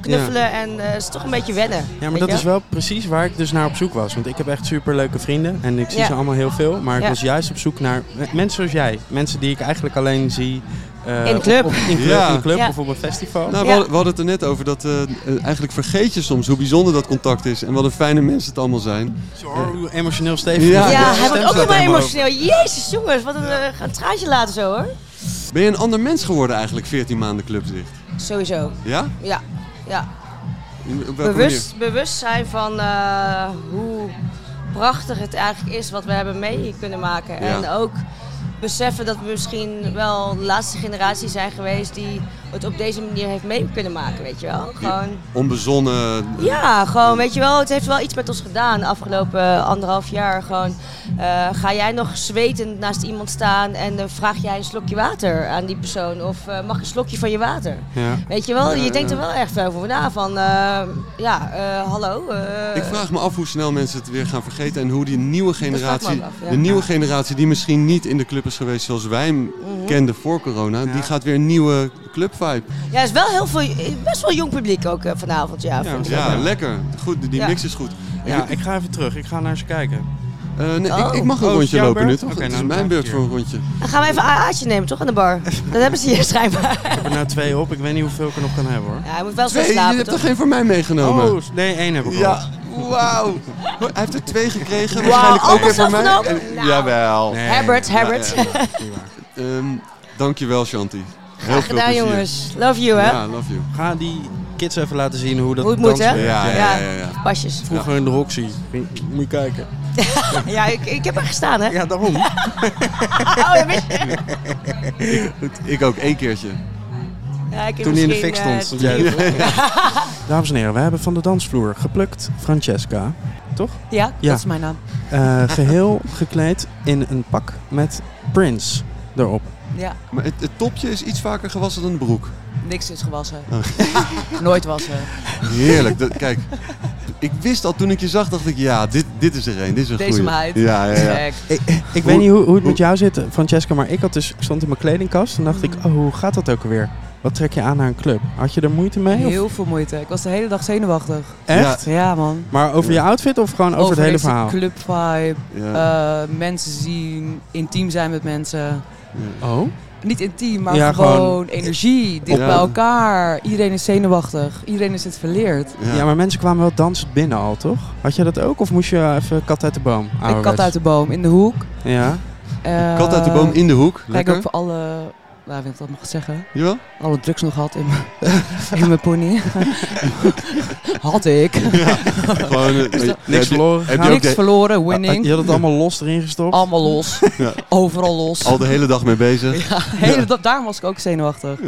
[SPEAKER 8] knuffelen. En eh, het is toch een beetje wennen.
[SPEAKER 3] Ja, maar
[SPEAKER 8] weet
[SPEAKER 3] dat
[SPEAKER 8] je?
[SPEAKER 3] is wel precies waar ik dus naar op zoek was. Want ik heb echt super leuke vrienden en ik zie
[SPEAKER 8] Ja.
[SPEAKER 3] ze allemaal heel veel. Maar ik
[SPEAKER 8] Ja.
[SPEAKER 3] was juist op zoek naar m- mensen zoals jij. Mensen die ik eigenlijk alleen zie... eh,
[SPEAKER 8] In de club.
[SPEAKER 3] op- op- in club,
[SPEAKER 2] Ja.
[SPEAKER 3] in club
[SPEAKER 8] Ja.
[SPEAKER 3] of op een festival.
[SPEAKER 2] Nou, we,
[SPEAKER 8] Ja.
[SPEAKER 2] hadden, we hadden het er net over dat eh, eh, eigenlijk vergeet je soms hoe bijzonder dat contact is en wat een fijne mensen het allemaal zijn.
[SPEAKER 3] Zo, hoe emotioneel Steven is.
[SPEAKER 2] Ja,
[SPEAKER 8] Ja,
[SPEAKER 2] de
[SPEAKER 8] hij
[SPEAKER 3] Stem
[SPEAKER 8] wordt
[SPEAKER 3] staat
[SPEAKER 8] ook nog maar
[SPEAKER 3] helemaal
[SPEAKER 8] emotioneel. Jezus, jongens, wat een, eh, een traantje laten zo hoor.
[SPEAKER 2] Ben je een ander mens geworden eigenlijk 14 maanden clubzicht?
[SPEAKER 8] Sowieso.
[SPEAKER 2] Ja?
[SPEAKER 8] Ja, ja.
[SPEAKER 2] In- Op welke
[SPEAKER 8] bewust, bewustzijn van eh, hoe prachtig het eigenlijk is wat we hebben mee kunnen maken. En ook beseffen dat we misschien wel de laatste generatie zijn geweest die het op deze manier heeft mee kunnen maken, weet je wel. Gewoon,
[SPEAKER 2] manier? Onbezonnen. eh,
[SPEAKER 8] ja, gewoon, weet je wel, het heeft wel iets met ons gedaan de afgelopen anderhalf jaar. Gewoon, eh, ga jij nog zwetend naast iemand staan en eh, vraag jij een slokje water aan die persoon? Of eh, mag ik een slokje van je water?
[SPEAKER 3] Ja.
[SPEAKER 8] Weet je wel,
[SPEAKER 2] Ja,
[SPEAKER 8] je denkt er
[SPEAKER 2] ja.
[SPEAKER 8] wel echt over na van, eh, ja, eh, hallo. eh,
[SPEAKER 2] Ik vraag me af hoe snel mensen het weer gaan vergeten en hoe die nieuwe
[SPEAKER 8] me
[SPEAKER 2] generatie,
[SPEAKER 8] ook af, ja.
[SPEAKER 2] de nieuwe generatie die misschien niet in de club is geweest zoals wij hem
[SPEAKER 8] Mhm.
[SPEAKER 2] kenden voor corona,
[SPEAKER 3] Ja.
[SPEAKER 2] die gaat weer een nieuwe clubvibe.
[SPEAKER 8] Ja, is wel heel veel, best wel jong publiek ook eh, vanavond, ja. vind ik.
[SPEAKER 2] Ja, lekker. Goed, die
[SPEAKER 8] Ja.
[SPEAKER 2] mix is goed.
[SPEAKER 3] Ja, ik ga even terug. Ik ga naar ze kijken.
[SPEAKER 2] Eh, nee, ik,
[SPEAKER 8] Oh.
[SPEAKER 2] ik
[SPEAKER 3] Oh, is het
[SPEAKER 2] mag een rondje
[SPEAKER 3] jouw
[SPEAKER 2] lopen nu
[SPEAKER 3] beurt?
[SPEAKER 2] toch?
[SPEAKER 3] Oké,
[SPEAKER 2] het is
[SPEAKER 3] nou, dan
[SPEAKER 2] mijn
[SPEAKER 3] ga ik
[SPEAKER 2] beurt voor een rondje.
[SPEAKER 8] Dan gaan we even een AA'tje nemen, toch, aan de bar? Dat hebben ze hier
[SPEAKER 3] Ik
[SPEAKER 8] schijnbaar.
[SPEAKER 3] heb er nou twee op. Ik weet niet hoeveel ik er nog kan hebben hoor.
[SPEAKER 8] Ja, hij moet wel zo
[SPEAKER 2] Twee, je
[SPEAKER 8] slapen,
[SPEAKER 2] hebt er
[SPEAKER 8] toch?
[SPEAKER 2] geen voor mij meegenomen?
[SPEAKER 3] Oh, s- nee, één heb ik al.
[SPEAKER 2] Ja, wauw. Hij heeft er twee gekregen.
[SPEAKER 8] Wauw,
[SPEAKER 2] waarschijnlijk ook
[SPEAKER 8] alles
[SPEAKER 2] weer voor mij.
[SPEAKER 8] afgenomen?
[SPEAKER 2] En-
[SPEAKER 8] Nou.
[SPEAKER 2] Jawel.
[SPEAKER 3] Nee.
[SPEAKER 8] Herbert, Herbert.
[SPEAKER 2] Ja, ja, ja. Ehm, dankjewel, Shanti. Heel veel
[SPEAKER 8] Graag gedaan,
[SPEAKER 2] plezier.
[SPEAKER 8] jongens. Love you, hè?
[SPEAKER 2] Ja, love you.
[SPEAKER 3] Ga die kids even laten zien hoe dat
[SPEAKER 8] Hoe het moet,
[SPEAKER 3] dansen
[SPEAKER 8] hè?
[SPEAKER 3] werkt.
[SPEAKER 2] Ja, ja, ja. ja, ja.
[SPEAKER 8] of pasjes.
[SPEAKER 3] Vroeger in de Roxy. Moet je kijken.
[SPEAKER 8] ja, ik, ik heb er gestaan, hè?
[SPEAKER 3] Ja, daarom.
[SPEAKER 8] Oh, dat wist je.
[SPEAKER 2] Goed, ik ook, één keertje.
[SPEAKER 8] Ja, ik heb
[SPEAKER 3] Toen hij in de
[SPEAKER 8] misschien,
[SPEAKER 3] fik
[SPEAKER 8] eh,
[SPEAKER 3] stond. Dames en heren, we hebben van de dansvloer geplukt Francesca.
[SPEAKER 9] Ja,
[SPEAKER 3] Ja.
[SPEAKER 9] dat is mijn naam.
[SPEAKER 3] Eh, geheel gekleed in een pak met Prince erop.
[SPEAKER 9] Ja,
[SPEAKER 2] Maar het, het topje is iets vaker gewassen dan de broek.
[SPEAKER 9] niks is gewassen.
[SPEAKER 2] Oh.
[SPEAKER 9] Nooit
[SPEAKER 4] eh,
[SPEAKER 9] wassen.
[SPEAKER 2] Heerlijk. Dat, kijk, ik wist al toen ik je zag, dacht ik, ja, dit, dit is er een. Dit is een
[SPEAKER 9] Deze
[SPEAKER 2] goeie.
[SPEAKER 9] meid.
[SPEAKER 2] Ja, ja, ja.
[SPEAKER 9] Gek.
[SPEAKER 3] Ik, ik
[SPEAKER 2] Hoe-
[SPEAKER 3] weet niet hoe, hoe het
[SPEAKER 2] hoe-
[SPEAKER 3] met jou zit, Francesca, maar ik, had dus, ik stond in mijn kledingkast en dacht
[SPEAKER 9] Mm.
[SPEAKER 3] ik, oh, hoe gaat dat ook alweer? Wat trek je aan naar een club? Had je er moeite mee? of-
[SPEAKER 9] Heel veel moeite. Ik was de hele dag zenuwachtig.
[SPEAKER 3] Echt?
[SPEAKER 9] Ja, man.
[SPEAKER 3] Maar over je outfit of gewoon over, het hele
[SPEAKER 9] deze
[SPEAKER 3] verhaal?
[SPEAKER 9] clubvibe,
[SPEAKER 2] ja.
[SPEAKER 9] eh, mensen zien, intiem zijn met mensen.
[SPEAKER 2] Mm.
[SPEAKER 3] Oh?
[SPEAKER 9] Niet intiem, maar
[SPEAKER 3] Ja,
[SPEAKER 9] gewoon,
[SPEAKER 3] gewoon-
[SPEAKER 9] energie, dicht
[SPEAKER 2] Ja.
[SPEAKER 9] bij elkaar. Iedereen is zenuwachtig, iedereen is het verleerd.
[SPEAKER 3] Ja. maar mensen kwamen wel dansend binnen al, toch? Had jij dat ook? Of moest je even kat uit de boom?
[SPEAKER 9] Ik kat uit de boom, in de hoek.
[SPEAKER 3] boom. Ja?
[SPEAKER 9] Eh,
[SPEAKER 2] Kat uit de boom in de hoek.
[SPEAKER 9] Kijk ook
[SPEAKER 2] Lekker.
[SPEAKER 9] voor alle, nou, weet ik dat mag zeggen,
[SPEAKER 2] Jawel?
[SPEAKER 9] alle drugs nog had in mijn- in mijn pony. had ik.
[SPEAKER 2] Gewoon, eh,
[SPEAKER 9] Dus dat-
[SPEAKER 2] heb
[SPEAKER 3] Niks
[SPEAKER 2] je-
[SPEAKER 3] verloren.
[SPEAKER 2] Heb je
[SPEAKER 3] gegaan?
[SPEAKER 2] ook
[SPEAKER 9] Niks
[SPEAKER 2] de,
[SPEAKER 9] verloren,
[SPEAKER 3] Ah, Je
[SPEAKER 9] winning.
[SPEAKER 3] had het allemaal los erin gestopt?
[SPEAKER 9] Allemaal los.
[SPEAKER 2] Ja.
[SPEAKER 9] Overal los.
[SPEAKER 2] al de hele dag mee bezig?
[SPEAKER 9] Ja, hele, da- daarom was ik ook zenuwachtig.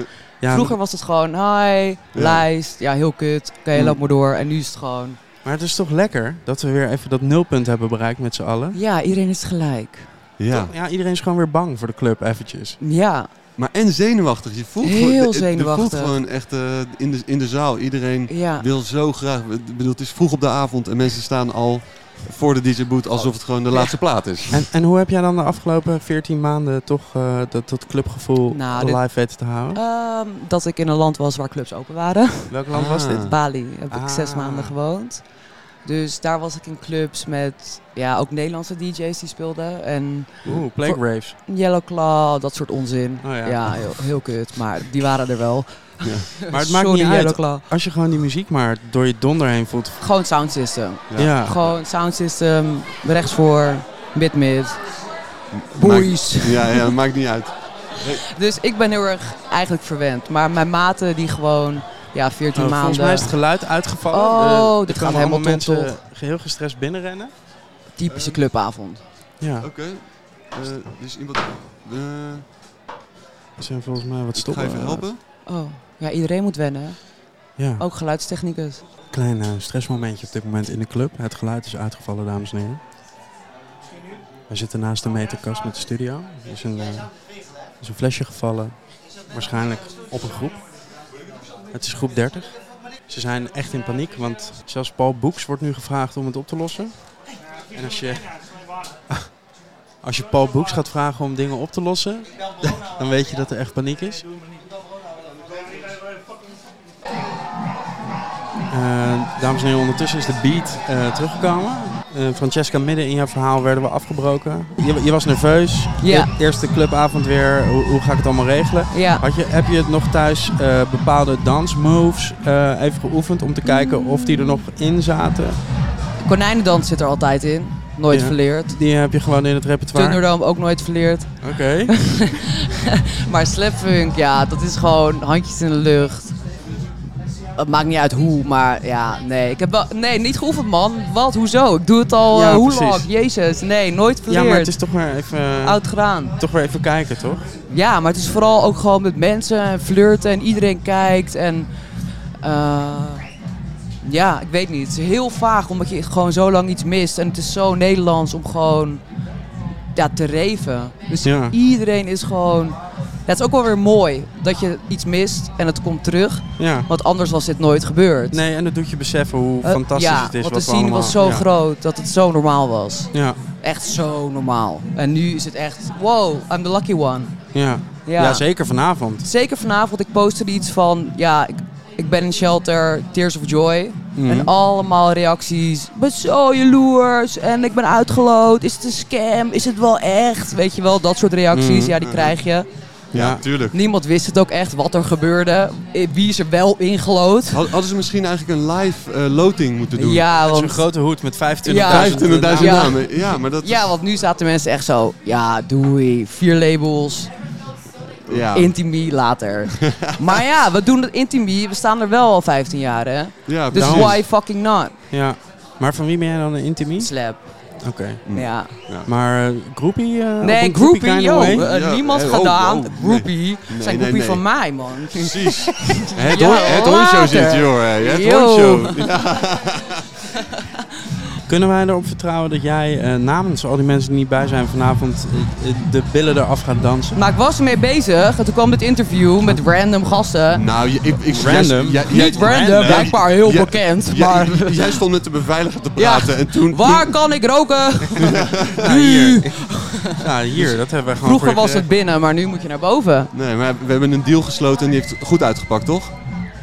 [SPEAKER 3] Ja,
[SPEAKER 9] Vroeger was het gewoon, hi, lijst, ja, heel kut. Oké,
[SPEAKER 2] Mm.
[SPEAKER 9] loop maar door. En nu is het gewoon,
[SPEAKER 3] Mm. Maar het is toch lekker dat we weer even dat nulpunt hebben bereikt met z'n allen?
[SPEAKER 9] ja, iedereen is gelijk.
[SPEAKER 2] Ja.
[SPEAKER 3] Toch? ja, iedereen is gewoon weer bang voor de club eventjes.
[SPEAKER 9] Ja,
[SPEAKER 2] Maar en zenuwachtig. Je voelt
[SPEAKER 9] Heel
[SPEAKER 2] gewoon, je- je
[SPEAKER 9] zenuwachtig.
[SPEAKER 2] voelt gewoon echt eh, in, de, in de zaal. Iedereen
[SPEAKER 9] ja.
[SPEAKER 2] wil zo graag. Ik bedoel, het is vroeg op de avond en mensen staan al voor de DJ boot alsof het gewoon de laatste plaat is.
[SPEAKER 3] En, en hoe heb jij dan de afgelopen 14 maanden toch eh, dat, dat clubgevoel
[SPEAKER 9] Nou, dit-
[SPEAKER 3] live weten te houden?
[SPEAKER 9] Ehm, dat ik in een land was waar clubs open waren.
[SPEAKER 3] Welk land was
[SPEAKER 2] Ah.
[SPEAKER 3] dit?
[SPEAKER 9] Bali heb ik
[SPEAKER 3] Ah.
[SPEAKER 9] zes maanden gewoond. Dus daar was ik in clubs met ja, ook Nederlandse DJ's die speelden. En
[SPEAKER 3] Oeh, Plague Raves.
[SPEAKER 9] Yellow Claw, dat soort onzin.
[SPEAKER 3] Oh ja.
[SPEAKER 9] ja, heel, heel kut, maar die waren er wel.
[SPEAKER 3] Maar het maakt
[SPEAKER 9] Sorry,
[SPEAKER 3] niet uit.
[SPEAKER 9] Yellow Claw.
[SPEAKER 3] Als je gewoon die muziek maar door je donder heen voelt.
[SPEAKER 9] Gewoon sound system.
[SPEAKER 2] Ja.
[SPEAKER 3] Ja.
[SPEAKER 9] Gewoon sound system, rechts voor, mid-mid,
[SPEAKER 2] Maakt-
[SPEAKER 9] boeis.
[SPEAKER 2] Ja, ja, dat maakt niet uit.
[SPEAKER 9] Dus ik ben heel erg eigenlijk verwend. Maar mijn maten die gewoon, ja, 14
[SPEAKER 3] Oh, volgens
[SPEAKER 9] maanden,
[SPEAKER 3] mij is het geluid uitgevallen.
[SPEAKER 9] Oh,
[SPEAKER 3] Eh,
[SPEAKER 9] dit
[SPEAKER 3] er
[SPEAKER 9] gaat
[SPEAKER 3] kwamen
[SPEAKER 9] helemaal
[SPEAKER 3] allemaal
[SPEAKER 9] top,
[SPEAKER 3] mensen geheel gestrest binnenrennen.
[SPEAKER 9] typische clubavond.
[SPEAKER 3] Ja,
[SPEAKER 2] Oké. Eh, dus iemand. eh,
[SPEAKER 3] er zijn volgens mij wat
[SPEAKER 2] ik ga
[SPEAKER 3] stoppen.
[SPEAKER 2] even helpen.
[SPEAKER 9] Oh, ja, iedereen moet wennen. hè?
[SPEAKER 3] Ja,
[SPEAKER 9] Ook geluidstechnicus.
[SPEAKER 3] klein eh, stressmomentje op dit moment in de club. Het geluid is uitgevallen, dames en heren. We zitten naast de meterkast met de studio. Er is een, eh, er is een flesje gevallen, waarschijnlijk op een groep. Het is groep 30. Ze zijn echt in paniek, want zelfs Paul Boeks wordt nu gevraagd om het op te lossen. En als je, als je Paul Boeks gaat vragen om dingen op te lossen, dan weet je dat er echt paniek is. Eh, dames en heren, ondertussen is de beat eh, teruggekomen. Eh, Francesca, midden in jouw verhaal werden we afgebroken. Je, je was nerveus.
[SPEAKER 9] Ja.
[SPEAKER 3] E- eerste clubavond weer. Hoe, hoe ga ik het allemaal regelen?
[SPEAKER 9] Ja.
[SPEAKER 3] Had je, heb je het nog thuis eh, bepaalde dansmoves eh, even geoefend om te kijken of die er nog in zaten?
[SPEAKER 9] Konijnendans zit er altijd in. Nooit
[SPEAKER 3] Ja.
[SPEAKER 9] verleerd.
[SPEAKER 3] Die heb je gewoon in het repertoire.
[SPEAKER 9] Thunderdome ook nooit verleerd.
[SPEAKER 3] Oké.
[SPEAKER 9] Maar slapfunk, ja, dat is gewoon handjes in de lucht. Het maakt niet uit hoe, maar ja, nee. Ik heb wel, nee, niet geoefend, man. Wat, hoezo? Ik doe het al
[SPEAKER 3] Ja,
[SPEAKER 9] eh, hoe
[SPEAKER 3] precies.
[SPEAKER 9] lang? Jezus, nee, nooit
[SPEAKER 3] Ja,
[SPEAKER 9] verleerd.
[SPEAKER 3] maar het is toch maar even, eh,
[SPEAKER 9] Oud gedaan.
[SPEAKER 3] toch weer even kijken, toch?
[SPEAKER 9] Ja, maar het is vooral ook gewoon met mensen en flirten en iedereen kijkt en... eh, ja, ik weet niet. Het is heel vaag omdat je gewoon zo lang iets mist. En het is zo Nederlands om gewoon ja, te reven. Dus
[SPEAKER 3] Ja.
[SPEAKER 9] iedereen is gewoon... Ja, het is ook wel weer mooi dat je iets mist en het komt terug.
[SPEAKER 3] Ja.
[SPEAKER 9] Want anders was dit nooit gebeurd.
[SPEAKER 3] Nee, en dat doet je beseffen hoe
[SPEAKER 9] Eh,
[SPEAKER 3] fantastisch
[SPEAKER 9] ja,
[SPEAKER 3] het is.
[SPEAKER 9] want
[SPEAKER 3] wat
[SPEAKER 9] de
[SPEAKER 3] we
[SPEAKER 9] scene
[SPEAKER 3] allemaal-
[SPEAKER 9] was zo
[SPEAKER 3] ja.
[SPEAKER 9] groot dat het zo normaal was.
[SPEAKER 3] Ja,
[SPEAKER 9] Echt zo normaal. En nu is het echt... Wow, I'm the lucky one.
[SPEAKER 3] ja.
[SPEAKER 9] Ja,
[SPEAKER 3] ja. zeker vanavond.
[SPEAKER 9] Zeker vanavond, ik posterde iets van, ja, ik, ik ben in shelter, Tears of Joy.
[SPEAKER 3] Mhm.
[SPEAKER 9] En allemaal reacties, ik ben zo jaloers en ik ben uitgeloot, is het een scam, is het wel echt? Weet je wel, dat soort reacties,
[SPEAKER 3] Mhm.
[SPEAKER 9] ja, die krijg je.
[SPEAKER 3] Ja.
[SPEAKER 2] tuurlijk.
[SPEAKER 9] Niemand wist het ook echt wat er gebeurde, eh, wie is er wel ingeloot.
[SPEAKER 2] Had- Hadden ze misschien eigenlijk een live eh, loting moeten doen?
[SPEAKER 9] Ja,
[SPEAKER 3] Het is een
[SPEAKER 9] want...
[SPEAKER 3] grote hoed met 25.000
[SPEAKER 9] Ja.
[SPEAKER 2] 25.000
[SPEAKER 9] Ja.
[SPEAKER 2] namen. Ja, maar dat.
[SPEAKER 9] Ja, want nu zaten mensen echt zo, ja, doei, vier labels,
[SPEAKER 2] ja.
[SPEAKER 9] Intimie later. maar ja, we doen het Intimie, we staan er wel al 15 jaar, hè?
[SPEAKER 2] Ja,
[SPEAKER 9] Dus
[SPEAKER 2] precies.
[SPEAKER 9] why fucking not?
[SPEAKER 3] Ja. Maar van wie ben jij dan een intimie?
[SPEAKER 9] Slap.
[SPEAKER 3] Oké.
[SPEAKER 2] Hm.
[SPEAKER 9] Ja.
[SPEAKER 3] Maar eh, groupie? eh, op
[SPEAKER 9] Nee,
[SPEAKER 3] een
[SPEAKER 9] groupie,
[SPEAKER 3] groupie kinda
[SPEAKER 9] yo.
[SPEAKER 3] way?
[SPEAKER 9] eh,
[SPEAKER 2] Ja,
[SPEAKER 9] niemand
[SPEAKER 2] eh, oh,
[SPEAKER 9] gedaan.
[SPEAKER 2] oh, nee.
[SPEAKER 9] groupie.
[SPEAKER 2] Nee,
[SPEAKER 9] zijn
[SPEAKER 2] nee,
[SPEAKER 9] groepie
[SPEAKER 2] nee.
[SPEAKER 9] van mij, man.
[SPEAKER 2] Precies. Het,
[SPEAKER 9] Ja,
[SPEAKER 2] hon- het
[SPEAKER 9] later.
[SPEAKER 2] honcho zit, joh. hè. Het
[SPEAKER 9] Yo.
[SPEAKER 2] honcho.
[SPEAKER 3] Kunnen wij erop vertrouwen dat jij eh, namens al die mensen die niet bij zijn vanavond eh, eh, de billen eraf gaat dansen?
[SPEAKER 9] Maar ik was ermee bezig. En toen kwam dit interview met random gasten.
[SPEAKER 2] Nou, je- ik... ik
[SPEAKER 3] Random?
[SPEAKER 2] jij- jij-
[SPEAKER 9] Niet random, blijkbaar heel bekend.
[SPEAKER 2] jij-
[SPEAKER 9] Maar
[SPEAKER 2] jij stond met de beveiliger te
[SPEAKER 9] Ja.
[SPEAKER 2] praten en toen...
[SPEAKER 9] waar kan ik roken?
[SPEAKER 3] hier. Ja, hier, dat hebben we gewoon
[SPEAKER 9] Dus Vroeger
[SPEAKER 3] voor je
[SPEAKER 9] was het binnen, maar nu moet je naar boven.
[SPEAKER 2] Nee, maar we hebben een deal gesloten en die heeft goed uitgepakt, toch?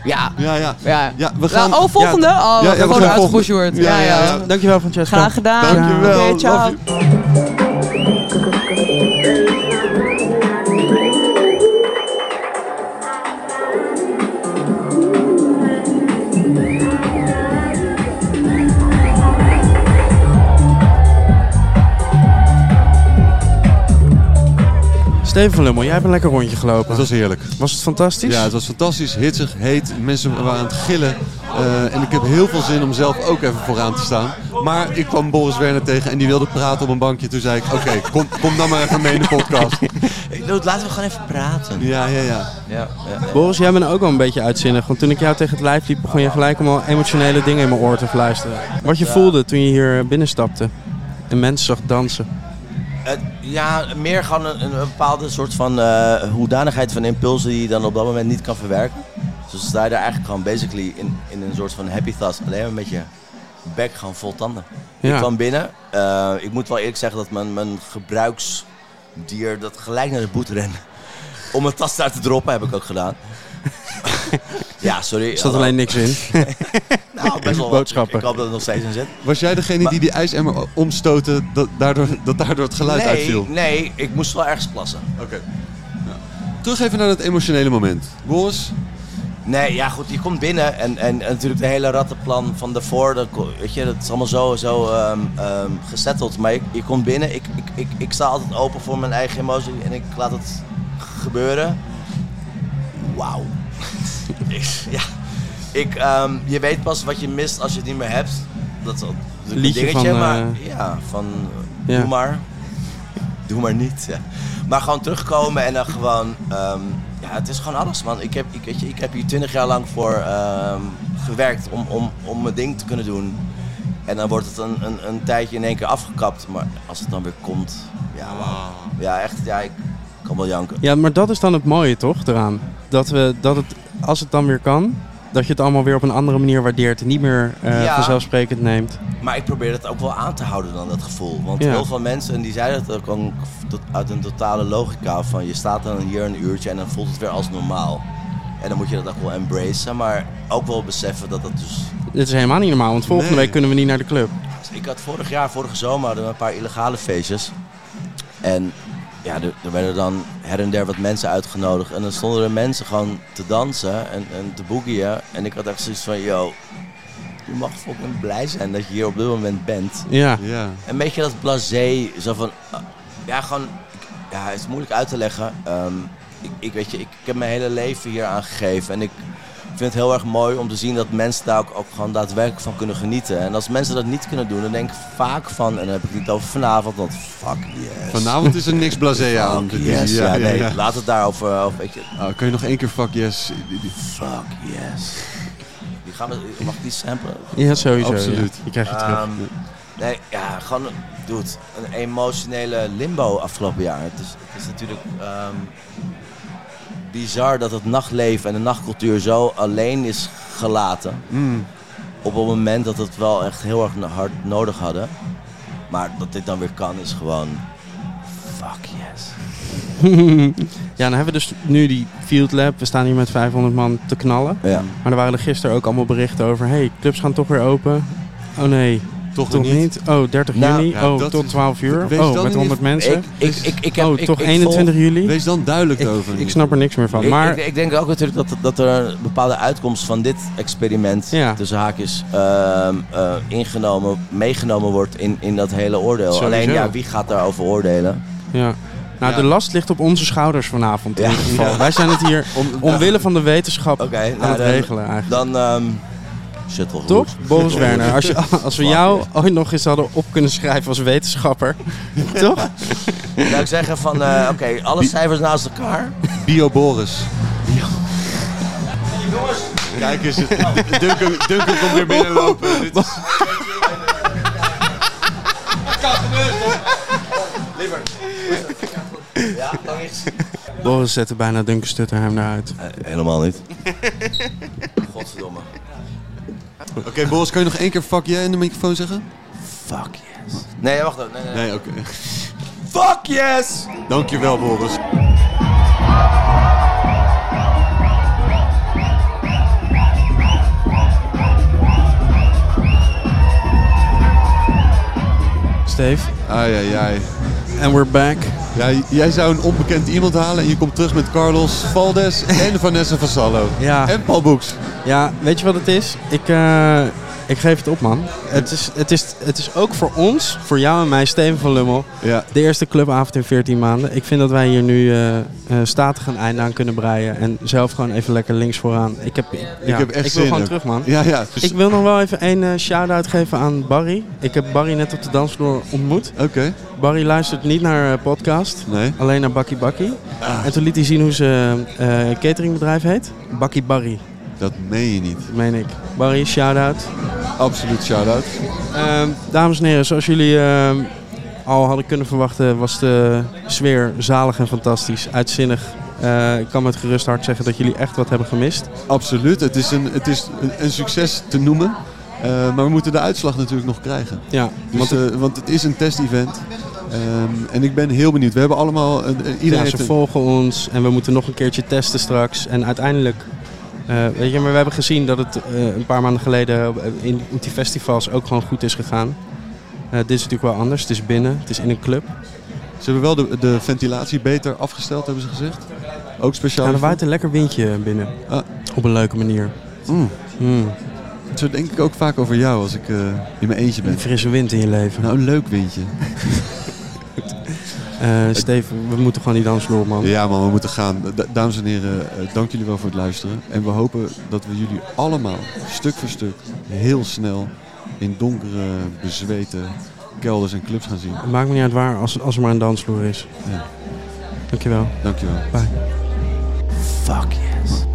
[SPEAKER 9] Ja.
[SPEAKER 2] Ja, ja.
[SPEAKER 9] Ja.
[SPEAKER 2] Ja, we
[SPEAKER 9] Ja,
[SPEAKER 2] gaan...
[SPEAKER 9] oh, volgende?
[SPEAKER 2] Ja,
[SPEAKER 9] Oh, we
[SPEAKER 2] ja,
[SPEAKER 9] hebben
[SPEAKER 2] we
[SPEAKER 9] gewoon
[SPEAKER 2] gaan volgende.
[SPEAKER 9] uitgepusht. Ja,
[SPEAKER 2] Ja, ja,
[SPEAKER 9] ja,
[SPEAKER 2] ja.
[SPEAKER 3] terug. Dankjewel Francesca.
[SPEAKER 9] Graag gedaan.
[SPEAKER 2] Dankjewel.
[SPEAKER 9] Oké, ciao.
[SPEAKER 2] Love you.
[SPEAKER 3] Steven van Lummel, jij hebt een lekker rondje gelopen.
[SPEAKER 2] Het was heerlijk.
[SPEAKER 3] Was het fantastisch?
[SPEAKER 2] Ja, het was fantastisch. Hitsig, heet. Mensen waren aan het gillen. Eh, en ik heb heel veel zin om zelf ook even vooraan te staan. Maar ik kwam Boris Werner tegen en die wilde praten op een bankje. Toen zei ik, oké, kom, kom dan maar even mee in de podcast.
[SPEAKER 10] Dude, laten we gewoon even praten.
[SPEAKER 2] Ja, ja, ja.
[SPEAKER 10] Ja, ja.
[SPEAKER 3] Boris, jij bent ook wel een beetje uitzinnig. Want toen ik jou tegen het lijf liep, begon je gelijk allemaal emotionele dingen in mijn oor te fluisteren. Wat je voelde toen je hier binnenstapte en mensen zag dansen.
[SPEAKER 10] Eh, ja, meer gewoon een, een bepaalde soort van eh, hoedanigheid van impulsen die je dan op dat moment niet kan verwerken. Dus dan sta je daar eigenlijk gewoon basically in, in een soort van happy thoughts. Alleen maar met je bek gewoon vol tanden. Ik
[SPEAKER 3] Ja.
[SPEAKER 10] kwam binnen. Eh, ik moet wel eerlijk zeggen dat mijn, mijn gebruiksdier dat gelijk naar de boet rende. Om mijn tas daar te droppen heb ik ook gedaan. ja, sorry.
[SPEAKER 3] Er zat alleen niks in.
[SPEAKER 10] nou, best wel wat.
[SPEAKER 3] boodschappen.
[SPEAKER 10] Ik hoop dat het nog steeds in zit.
[SPEAKER 2] Was jij degene die die ijsemmer o- omstoten dat daardoor, dat daardoor het geluid
[SPEAKER 10] nee,
[SPEAKER 2] uitviel?
[SPEAKER 10] nee, ik moest wel ergens plassen.
[SPEAKER 2] Oké. Ja. Terug even naar dat emotionele moment. Boris?
[SPEAKER 10] Nee, ja goed, je komt binnen en, en, en natuurlijk de hele rattenplan van daarvoor, dat, ko- weet je, dat is allemaal zo, zo ehm ehm, gesetteld. Maar je, je komt binnen, ik, ik, ik, ik sta altijd open voor mijn eigen emotie en ik laat het gebeuren. Wauw. Ik- ja, ik, ehm, je weet pas wat je mist als je het niet meer hebt. Dat is al een
[SPEAKER 3] Liedje
[SPEAKER 10] dingetje,
[SPEAKER 3] van,
[SPEAKER 10] maar
[SPEAKER 3] eh,
[SPEAKER 10] ja, van eh,
[SPEAKER 3] ja.
[SPEAKER 10] doe maar. Doe maar niet. ja. Maar gewoon terugkomen en dan gewoon. ehm, ja, het is gewoon alles, man. Ik heb, ik, weet je, ik heb hier twintig jaar lang voor ehm, gewerkt om, om, om mijn ding te kunnen doen. En dan wordt het een, een, een tijdje in één keer afgekapt. Maar als het dan weer komt. Ja, wauw. ja echt. Ja, ik kan wel janken.
[SPEAKER 3] ja, maar dat is dan het mooie toch eraan? Dat, we, dat het, als het dan weer kan, dat je het allemaal weer op een andere manier waardeert. En niet meer eh,
[SPEAKER 10] Ja.
[SPEAKER 3] vanzelfsprekend neemt.
[SPEAKER 10] Maar ik probeer het ook wel aan te houden dan, dat gevoel. Want
[SPEAKER 3] Ja.
[SPEAKER 10] heel veel mensen, en die zeiden het ook al tot- uit een totale logica van... je staat dan hier een uurtje en dan voelt het weer als normaal. En dan moet je dat ook wel embracen, maar ook wel beseffen dat dat dus...
[SPEAKER 3] Dit is helemaal niet normaal, want volgende
[SPEAKER 2] Nee.
[SPEAKER 3] week kunnen we niet naar de club.
[SPEAKER 10] Ik had vorig jaar, vorige zomer, hadden we een paar illegale feestjes. En ja, er, er werden dan her en der wat mensen uitgenodigd. En dan stonden er mensen gewoon te dansen en, en te boogieën. En ik had echt zoiets van, yo, je mag fucking blij zijn dat je hier op dit moment bent.
[SPEAKER 3] Ja.
[SPEAKER 2] Ja.
[SPEAKER 10] Een beetje dat blasé, zo van... ah, Ja, gewoon... Ja, het is moeilijk uit te leggen. Ehm, ik, ik, weet je, ik, ik heb mijn hele leven hier aan gegeven. En ik vind het heel erg mooi om te zien dat mensen daar ook, ook gewoon daadwerkelijk van kunnen genieten. En als mensen dat niet kunnen doen, dan denk ik vaak van... En dan heb ik het niet over vanavond, want fuck yes.
[SPEAKER 2] Vanavond is er niks blasé aan. dus
[SPEAKER 10] Fuck yes. Ja,
[SPEAKER 2] ja, ja,
[SPEAKER 10] nee,
[SPEAKER 2] ja.
[SPEAKER 10] laat het daarover... eh, Over, weet je,
[SPEAKER 2] Oh, kun je nog één keer fuck yes? Die- die-
[SPEAKER 10] fuck yes. Die gaan we, mag ik die samplen?
[SPEAKER 3] Ja, sowieso.
[SPEAKER 2] Absoluut.
[SPEAKER 3] Ja. Je krijgt het terug.
[SPEAKER 10] Ehm, nee, ja, gewoon dude, een emotionele limbo afgelopen jaar. Het is, het is natuurlijk ehm, bizar dat het nachtleven en de nachtcultuur zo alleen is gelaten.
[SPEAKER 2] Mm.
[SPEAKER 10] Op het moment dat we het wel echt heel erg hard nodig hadden. Maar dat dit dan weer kan is gewoon... Fuck yes.
[SPEAKER 3] Ja, dan hebben we dus nu die Field Lab. We staan hier met 500 man te knallen.
[SPEAKER 10] Ja.
[SPEAKER 3] Maar er waren er gisteren ook allemaal berichten over... hey, clubs gaan toch weer open. Oh nee,
[SPEAKER 2] Toch,
[SPEAKER 3] toch
[SPEAKER 2] nog niet?
[SPEAKER 3] niet. Oh, 30
[SPEAKER 10] Nou,
[SPEAKER 3] juni.
[SPEAKER 2] ja,
[SPEAKER 3] oh,
[SPEAKER 2] dat
[SPEAKER 3] tot
[SPEAKER 2] is-
[SPEAKER 3] 12 uur.
[SPEAKER 2] Wees
[SPEAKER 3] Oh,
[SPEAKER 2] dan
[SPEAKER 3] met
[SPEAKER 2] in
[SPEAKER 3] 100 mensen.
[SPEAKER 10] Ik, ik, ik, ik heb, ik,
[SPEAKER 3] oh, toch
[SPEAKER 10] ik volg-
[SPEAKER 3] 21 juli?
[SPEAKER 2] Wees dan duidelijk
[SPEAKER 10] Ik-
[SPEAKER 2] over.
[SPEAKER 3] Ik snap er niks meer van.
[SPEAKER 10] Ik-
[SPEAKER 3] Maar
[SPEAKER 10] ik, ik denk ook natuurlijk dat, dat er een bepaalde uitkomst van dit experiment
[SPEAKER 3] Ja.
[SPEAKER 10] tussen haakjes ehm, eh, ingenomen, meegenomen wordt in, in dat hele oordeel.
[SPEAKER 3] Sowieso.
[SPEAKER 10] Alleen ja, wie gaat daarover oordelen?
[SPEAKER 3] ja. Nou,
[SPEAKER 2] Ja.
[SPEAKER 3] de last ligt op onze schouders vanavond in
[SPEAKER 10] Ja.
[SPEAKER 3] ieder geval. Wij zijn het hier
[SPEAKER 2] Om,
[SPEAKER 3] omwille van de wetenschap
[SPEAKER 10] Oké,
[SPEAKER 3] aan
[SPEAKER 10] nou,
[SPEAKER 3] het
[SPEAKER 10] dan,
[SPEAKER 3] regelen eigenlijk.
[SPEAKER 10] dan ehm, Shuttle
[SPEAKER 3] Toch? Boris Werner, als, je, als we jou ooit nog eens hadden op kunnen schrijven als wetenschapper, toch?
[SPEAKER 10] Zou ik zeggen van, eh, oké, alle cijfers naast elkaar.
[SPEAKER 2] Bio Boris.
[SPEAKER 10] Kijk eens.
[SPEAKER 2] Duncan, Duncan komt weer binnenlopen.
[SPEAKER 10] Ja, lang is.
[SPEAKER 3] Boris zette bijna Duncan Stutterheim eruit.
[SPEAKER 10] helemaal niet. Godverdomme.
[SPEAKER 2] Oké, Boris, kun je nog één keer fuck yeah in de microfoon zeggen?
[SPEAKER 10] Fuck yes. Nee, wacht even. Nee, nee, nee.
[SPEAKER 2] Nee, oké.
[SPEAKER 10] Fuck yes!
[SPEAKER 2] Dankjewel, Boris.
[SPEAKER 3] Steve,
[SPEAKER 2] Ai, ai, ai.
[SPEAKER 3] and we're back.
[SPEAKER 2] Ja, j- jij zou een onbekend iemand halen en je komt terug met Carlos Valdes en Vanessa Vassallo.
[SPEAKER 3] Ja.
[SPEAKER 2] En Paul Boeks.
[SPEAKER 3] Ja, weet je wat het is? Ik, eh, ik geef het op, man. Het is, het, is, het is ook voor ons, voor jou en mij, Steven van Lummel,
[SPEAKER 2] Ja.
[SPEAKER 3] de eerste clubavond in 14 maanden. Ik vind dat wij hier nu eh eh, statig een einde aan kunnen breien en zelf gewoon even lekker links vooraan. Ik heb, ik, ja,
[SPEAKER 2] heb echt
[SPEAKER 3] ik wil
[SPEAKER 2] zin
[SPEAKER 3] gewoon
[SPEAKER 2] in.
[SPEAKER 3] terug, man.
[SPEAKER 2] Ja, ja. dus-
[SPEAKER 3] Ik wil nog wel even een eh, shout-out geven aan Barry. Ik heb Barry net op de dansvloer ontmoet.
[SPEAKER 2] Oké,
[SPEAKER 3] Barry luistert niet naar eh, podcast,
[SPEAKER 2] nee. Ah.
[SPEAKER 3] alleen naar Bakkie Bakkie. En toen liet hij zien hoe zijn eh, cateringbedrijf heet. Bakkie Barry,
[SPEAKER 2] Dat meen je niet.
[SPEAKER 3] meen ik. Barry, shout-out.
[SPEAKER 2] Absoluut shout-out.
[SPEAKER 3] Ehm, dames en heren, zoals jullie ehm, al hadden kunnen verwachten, was de sfeer zalig en fantastisch, uitzinnig. Eh, ik kan met gerust hart zeggen dat jullie echt wat hebben gemist.
[SPEAKER 2] Absoluut. Het is een, het is een, een succes te noemen. Eh, maar we moeten de uitslag natuurlijk nog krijgen.
[SPEAKER 3] Ja,
[SPEAKER 2] Dus,
[SPEAKER 3] want
[SPEAKER 2] eh, want het is een test-event. Ehm, en ik ben heel benieuwd. We hebben allemaal... eh, Een, een- iedereen
[SPEAKER 3] ja,
[SPEAKER 2] heeft
[SPEAKER 3] ze
[SPEAKER 2] een-
[SPEAKER 3] volgen ons en we moeten nog een keertje testen straks. En uiteindelijk, eh, weet je, maar we hebben gezien dat het eh, een paar maanden geleden op- in, op die festivals ook gewoon goed is gegaan. Eh, dit is natuurlijk wel anders. Het is binnen, het is in een club.
[SPEAKER 2] Ze hebben wel de, de ventilatie beter afgesteld, hebben ze gezegd. Ook speciaal.
[SPEAKER 3] En er
[SPEAKER 2] voor-
[SPEAKER 3] waait een lekker windje binnen.
[SPEAKER 2] Ah.
[SPEAKER 3] Op een leuke manier.
[SPEAKER 2] Mm.
[SPEAKER 3] Mm.
[SPEAKER 2] Zo denk ik ook vaak over jou als ik eh, in mijn eentje ben.
[SPEAKER 3] Een frisse wind in je leven.
[SPEAKER 2] Nou, een leuk windje.
[SPEAKER 3] Eh, Steve, we moeten gewoon die dansvloer, man.
[SPEAKER 2] Ja man, we moeten gaan. Da- dames en heren, eh, dank jullie wel voor het luisteren. En we hopen dat we jullie allemaal, stuk voor stuk, heel snel in donkere, bezweten kelders en clubs gaan zien.
[SPEAKER 3] Het maakt me niet uit waar, als, als er maar een dansvloer is.
[SPEAKER 2] Ja.
[SPEAKER 3] Dankjewel.
[SPEAKER 2] Dankjewel.
[SPEAKER 10] Fuck yes.